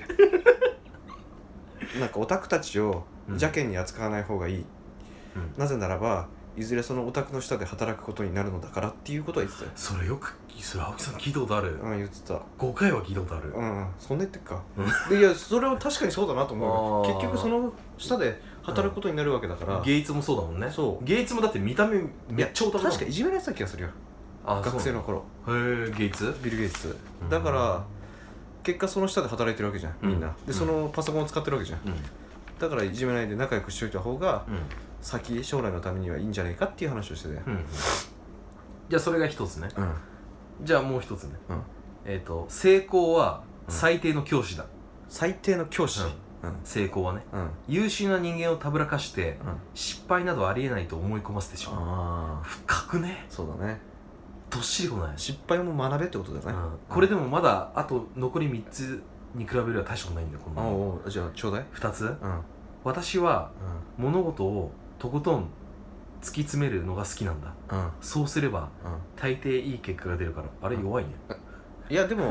[SPEAKER 2] なんかオタクたちを
[SPEAKER 1] うん
[SPEAKER 2] 邪険に扱わない方がいい、
[SPEAKER 1] うん
[SPEAKER 2] なぜならばいずれそのオタクの下で働くことになるのだからっていうことは言ってたよ
[SPEAKER 1] それよくそれ青木さん聞いたことある
[SPEAKER 2] うん言ってた
[SPEAKER 1] 5回は聞いたことある
[SPEAKER 2] うんそんな言ってっか、
[SPEAKER 1] う
[SPEAKER 2] でいやそれは確かにそうだなと思うよ
[SPEAKER 1] あー
[SPEAKER 2] 結局その下で働くことになるわけだから、い
[SPEAKER 1] ゲイツもそうだもんね
[SPEAKER 2] そう
[SPEAKER 1] ゲイツもだって見た目め
[SPEAKER 2] や
[SPEAKER 1] っちゃオタクだもん
[SPEAKER 2] 確かいじめられてた気がするよ
[SPEAKER 1] あ
[SPEAKER 2] 学生
[SPEAKER 1] の
[SPEAKER 2] の頃
[SPEAKER 1] へえゲイツ
[SPEAKER 2] ビル・ゲイツ
[SPEAKER 1] うん
[SPEAKER 2] だから結果その下で働いてるわけじゃんみんな、
[SPEAKER 1] うん
[SPEAKER 2] でそのパソコンを使ってるわけじゃん
[SPEAKER 1] うん
[SPEAKER 2] だからいじめないで仲良くしといた方が
[SPEAKER 1] うん
[SPEAKER 2] 先将来のためにはいいんじゃないかっていう話をしてたよ
[SPEAKER 1] うんじゃあそれが一つね
[SPEAKER 2] うん
[SPEAKER 1] じゃあもう一つね
[SPEAKER 2] うん
[SPEAKER 1] えっと成功は
[SPEAKER 2] うん
[SPEAKER 1] 最低の教師だ
[SPEAKER 2] 最低の教師
[SPEAKER 1] うん
[SPEAKER 2] うん
[SPEAKER 1] 成功はね
[SPEAKER 2] うんうん
[SPEAKER 1] 優秀な人間をたぶらかして失敗などありえないと思い込ませてしまう
[SPEAKER 2] ああ
[SPEAKER 1] 深くね
[SPEAKER 2] そうだね
[SPEAKER 1] どっしりこない
[SPEAKER 2] 失敗も学べってことだね、
[SPEAKER 1] うんこれでもまだあと残り3つに比べれば大したことないんだよこんな
[SPEAKER 2] あ
[SPEAKER 1] の
[SPEAKER 2] おうじゃあちょうだい
[SPEAKER 1] 2つ
[SPEAKER 2] うんうん
[SPEAKER 1] 私は物事をとことん突き詰めるのが好きなんだ
[SPEAKER 2] うんうん
[SPEAKER 1] そうすれば大抵いい結果が出るからあれ弱いね、
[SPEAKER 2] いや でも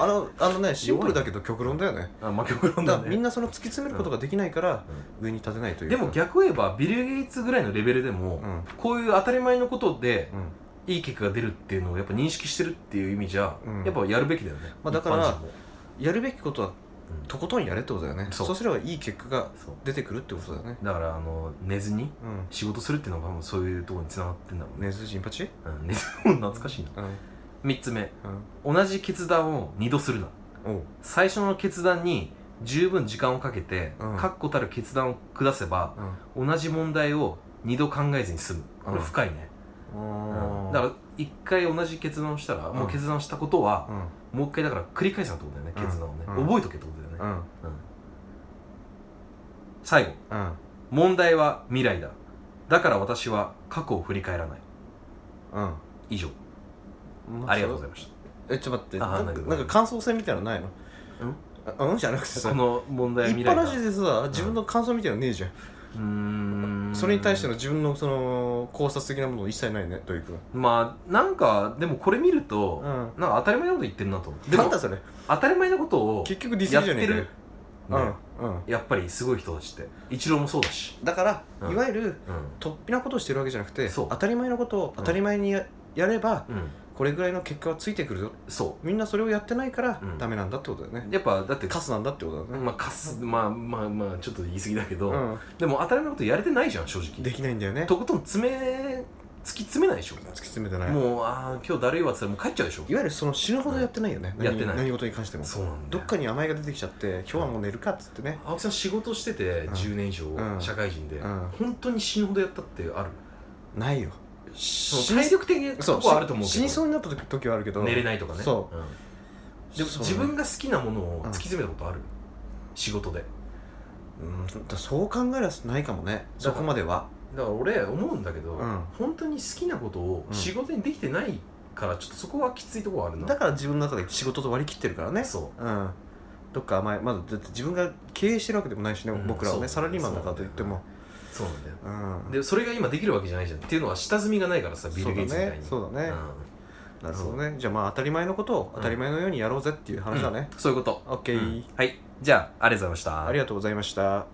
[SPEAKER 2] あのあのねシンプルだけど極論だよね
[SPEAKER 1] あまあ極論
[SPEAKER 2] だ
[SPEAKER 1] だ
[SPEAKER 2] からみん
[SPEAKER 1] ね
[SPEAKER 2] なその突き詰めることができないから上に立てないという
[SPEAKER 1] で
[SPEAKER 2] か
[SPEAKER 1] も逆を言えばビル・ゲイツぐらいのレベルでも、
[SPEAKER 2] うん
[SPEAKER 1] こういう当たり前のことで
[SPEAKER 2] うん
[SPEAKER 1] いい結果が出るっていうのをやっぱ認識してるっていう意味じゃ、
[SPEAKER 2] うん
[SPEAKER 1] やっぱやるべきだよね、
[SPEAKER 2] まあだから
[SPEAKER 1] 一般人も
[SPEAKER 2] やるべきことは
[SPEAKER 1] うん
[SPEAKER 2] とことんやれってことだよね、
[SPEAKER 1] そう
[SPEAKER 2] そうすればいい結果が
[SPEAKER 1] そう
[SPEAKER 2] 出てくるってことだよね
[SPEAKER 1] だからあの寝ずに
[SPEAKER 2] うん
[SPEAKER 1] 仕事するっていうのが多分そういうところにつながってんだろうね、
[SPEAKER 2] ねずジンパチ
[SPEAKER 1] うん、 寝ず懐かしいな
[SPEAKER 2] うん
[SPEAKER 1] 3つ目同じ決断を二度するな
[SPEAKER 2] うんおう
[SPEAKER 1] 最初の決断に十分時間をかけて
[SPEAKER 2] うん
[SPEAKER 1] 確固たる決断を下せば
[SPEAKER 2] うん
[SPEAKER 1] 同じ問題を二度考えずに済むこれ
[SPEAKER 2] うん
[SPEAKER 1] 深いね、うんだか
[SPEAKER 2] だから
[SPEAKER 1] 一回同じ決断をしたら、
[SPEAKER 2] うん
[SPEAKER 1] もう決断したことは
[SPEAKER 2] ら、うん
[SPEAKER 1] もう一回だから繰り返すなってことだよね
[SPEAKER 2] うん
[SPEAKER 1] 決断をね、
[SPEAKER 2] うん
[SPEAKER 1] 覚えとけってことだよね、う
[SPEAKER 2] ん
[SPEAKER 1] ん最後
[SPEAKER 2] うん
[SPEAKER 1] 問題は未来だだから私は過去を振り返らない以上
[SPEAKER 2] うん
[SPEAKER 1] ありがとうござ
[SPEAKER 2] い
[SPEAKER 1] いまし
[SPEAKER 2] ますえちょっと待って
[SPEAKER 1] あ
[SPEAKER 2] なんか
[SPEAKER 1] 何
[SPEAKER 2] なんか感想戦みたいなのないの
[SPEAKER 1] うん
[SPEAKER 2] あうんじゃなくて
[SPEAKER 1] た
[SPEAKER 2] さ
[SPEAKER 1] この問題は
[SPEAKER 2] 一
[SPEAKER 1] 未来
[SPEAKER 2] 般
[SPEAKER 1] だ
[SPEAKER 2] ラジでさ自分の感想みたいなのねえじゃん、
[SPEAKER 1] うーん
[SPEAKER 2] それに対しての自分のその考察的なもの一切ないねというか
[SPEAKER 1] まあなんかでもこれ見ると、
[SPEAKER 2] ん
[SPEAKER 1] なんか当たり前なこと言ってるなと思ってで
[SPEAKER 2] な
[SPEAKER 1] も
[SPEAKER 2] んだそれ
[SPEAKER 1] 当たり前なことを
[SPEAKER 2] 結局ディスりじゃねえかよ
[SPEAKER 1] やね
[SPEAKER 2] うんうん
[SPEAKER 1] やっぱりすごい人たちって一郎もそうだし、
[SPEAKER 2] だから、
[SPEAKER 1] うん
[SPEAKER 2] いわゆる
[SPEAKER 1] う
[SPEAKER 2] 突飛なことをしてるわけじゃなくて
[SPEAKER 1] そ
[SPEAKER 2] 当
[SPEAKER 1] う
[SPEAKER 2] たり前のことを当たり前にや,、やれば
[SPEAKER 1] んうん、
[SPEAKER 2] これぐらいの結果はついてくるよ
[SPEAKER 1] そ
[SPEAKER 2] みんなそれをやってないから、
[SPEAKER 1] うん
[SPEAKER 2] ダメなんだってことだよね
[SPEAKER 1] うやっぱだって
[SPEAKER 2] カスなんだってことだよね、
[SPEAKER 1] まあかすまあまあまあちょっと言い過ぎだけど、
[SPEAKER 2] うん、
[SPEAKER 1] でも当たり前のことやれてないじゃん正直
[SPEAKER 2] できないんだよね
[SPEAKER 1] とことん詰め突き詰めないでしょ、
[SPEAKER 2] 突き詰めてない
[SPEAKER 1] もうああ今日だるいわって言ったらもう帰っちゃうでしょ
[SPEAKER 2] いわゆるその死ぬほどやってないよね、
[SPEAKER 1] うん
[SPEAKER 2] 何
[SPEAKER 1] やってない
[SPEAKER 2] 何事に関しても
[SPEAKER 1] そうなんだ
[SPEAKER 2] ど
[SPEAKER 1] よ
[SPEAKER 2] っかに甘えが出てきちゃって今日はもう寝るかっつってね、
[SPEAKER 1] 青木さん仕事してて
[SPEAKER 2] うん
[SPEAKER 1] 10年以上、
[SPEAKER 2] うん
[SPEAKER 1] 社会人で、
[SPEAKER 2] うん
[SPEAKER 1] 本当に死ぬほどやったってある
[SPEAKER 2] ないよ
[SPEAKER 1] そ
[SPEAKER 2] 死
[SPEAKER 1] の
[SPEAKER 2] に
[SPEAKER 1] 体力的なとこはあると思うけど
[SPEAKER 2] 死にそうになった時時はあるけど
[SPEAKER 1] 寝れないとかね、
[SPEAKER 2] そう
[SPEAKER 1] ん、でも
[SPEAKER 2] そう
[SPEAKER 1] 自分が好きなものを突き詰めたことある、仕事で
[SPEAKER 2] うんだからそう考えればないかもねそこまでは
[SPEAKER 1] だから俺思うんだけど、
[SPEAKER 2] うん
[SPEAKER 1] 本当に好きなことを
[SPEAKER 2] うん
[SPEAKER 1] 仕事にできてないからちょっとそこはきついところあるな
[SPEAKER 2] だから自分の中で仕事と割り切ってるからね
[SPEAKER 1] そ
[SPEAKER 2] うんどっか甘えまだだって自分が経営してるわけでもないしね、
[SPEAKER 1] うん
[SPEAKER 2] 僕らは
[SPEAKER 1] そ
[SPEAKER 2] ね
[SPEAKER 1] う
[SPEAKER 2] サラリーマンだからといっても
[SPEAKER 1] うそうなんだよ
[SPEAKER 2] うん
[SPEAKER 1] でそれが今できるわけじゃないじゃんっていうのは下積みがないからさビル・ゲイツみたいに
[SPEAKER 2] そうだねそうだねなるほどねじゃあまあ当たり前のことを当たり前のようにやろうぜっていう
[SPEAKER 1] うん
[SPEAKER 2] 話だね、
[SPEAKER 1] うんそういうこと、
[SPEAKER 2] オッケー
[SPEAKER 1] うんはいじゃあありがとうございました
[SPEAKER 2] ありがとうございました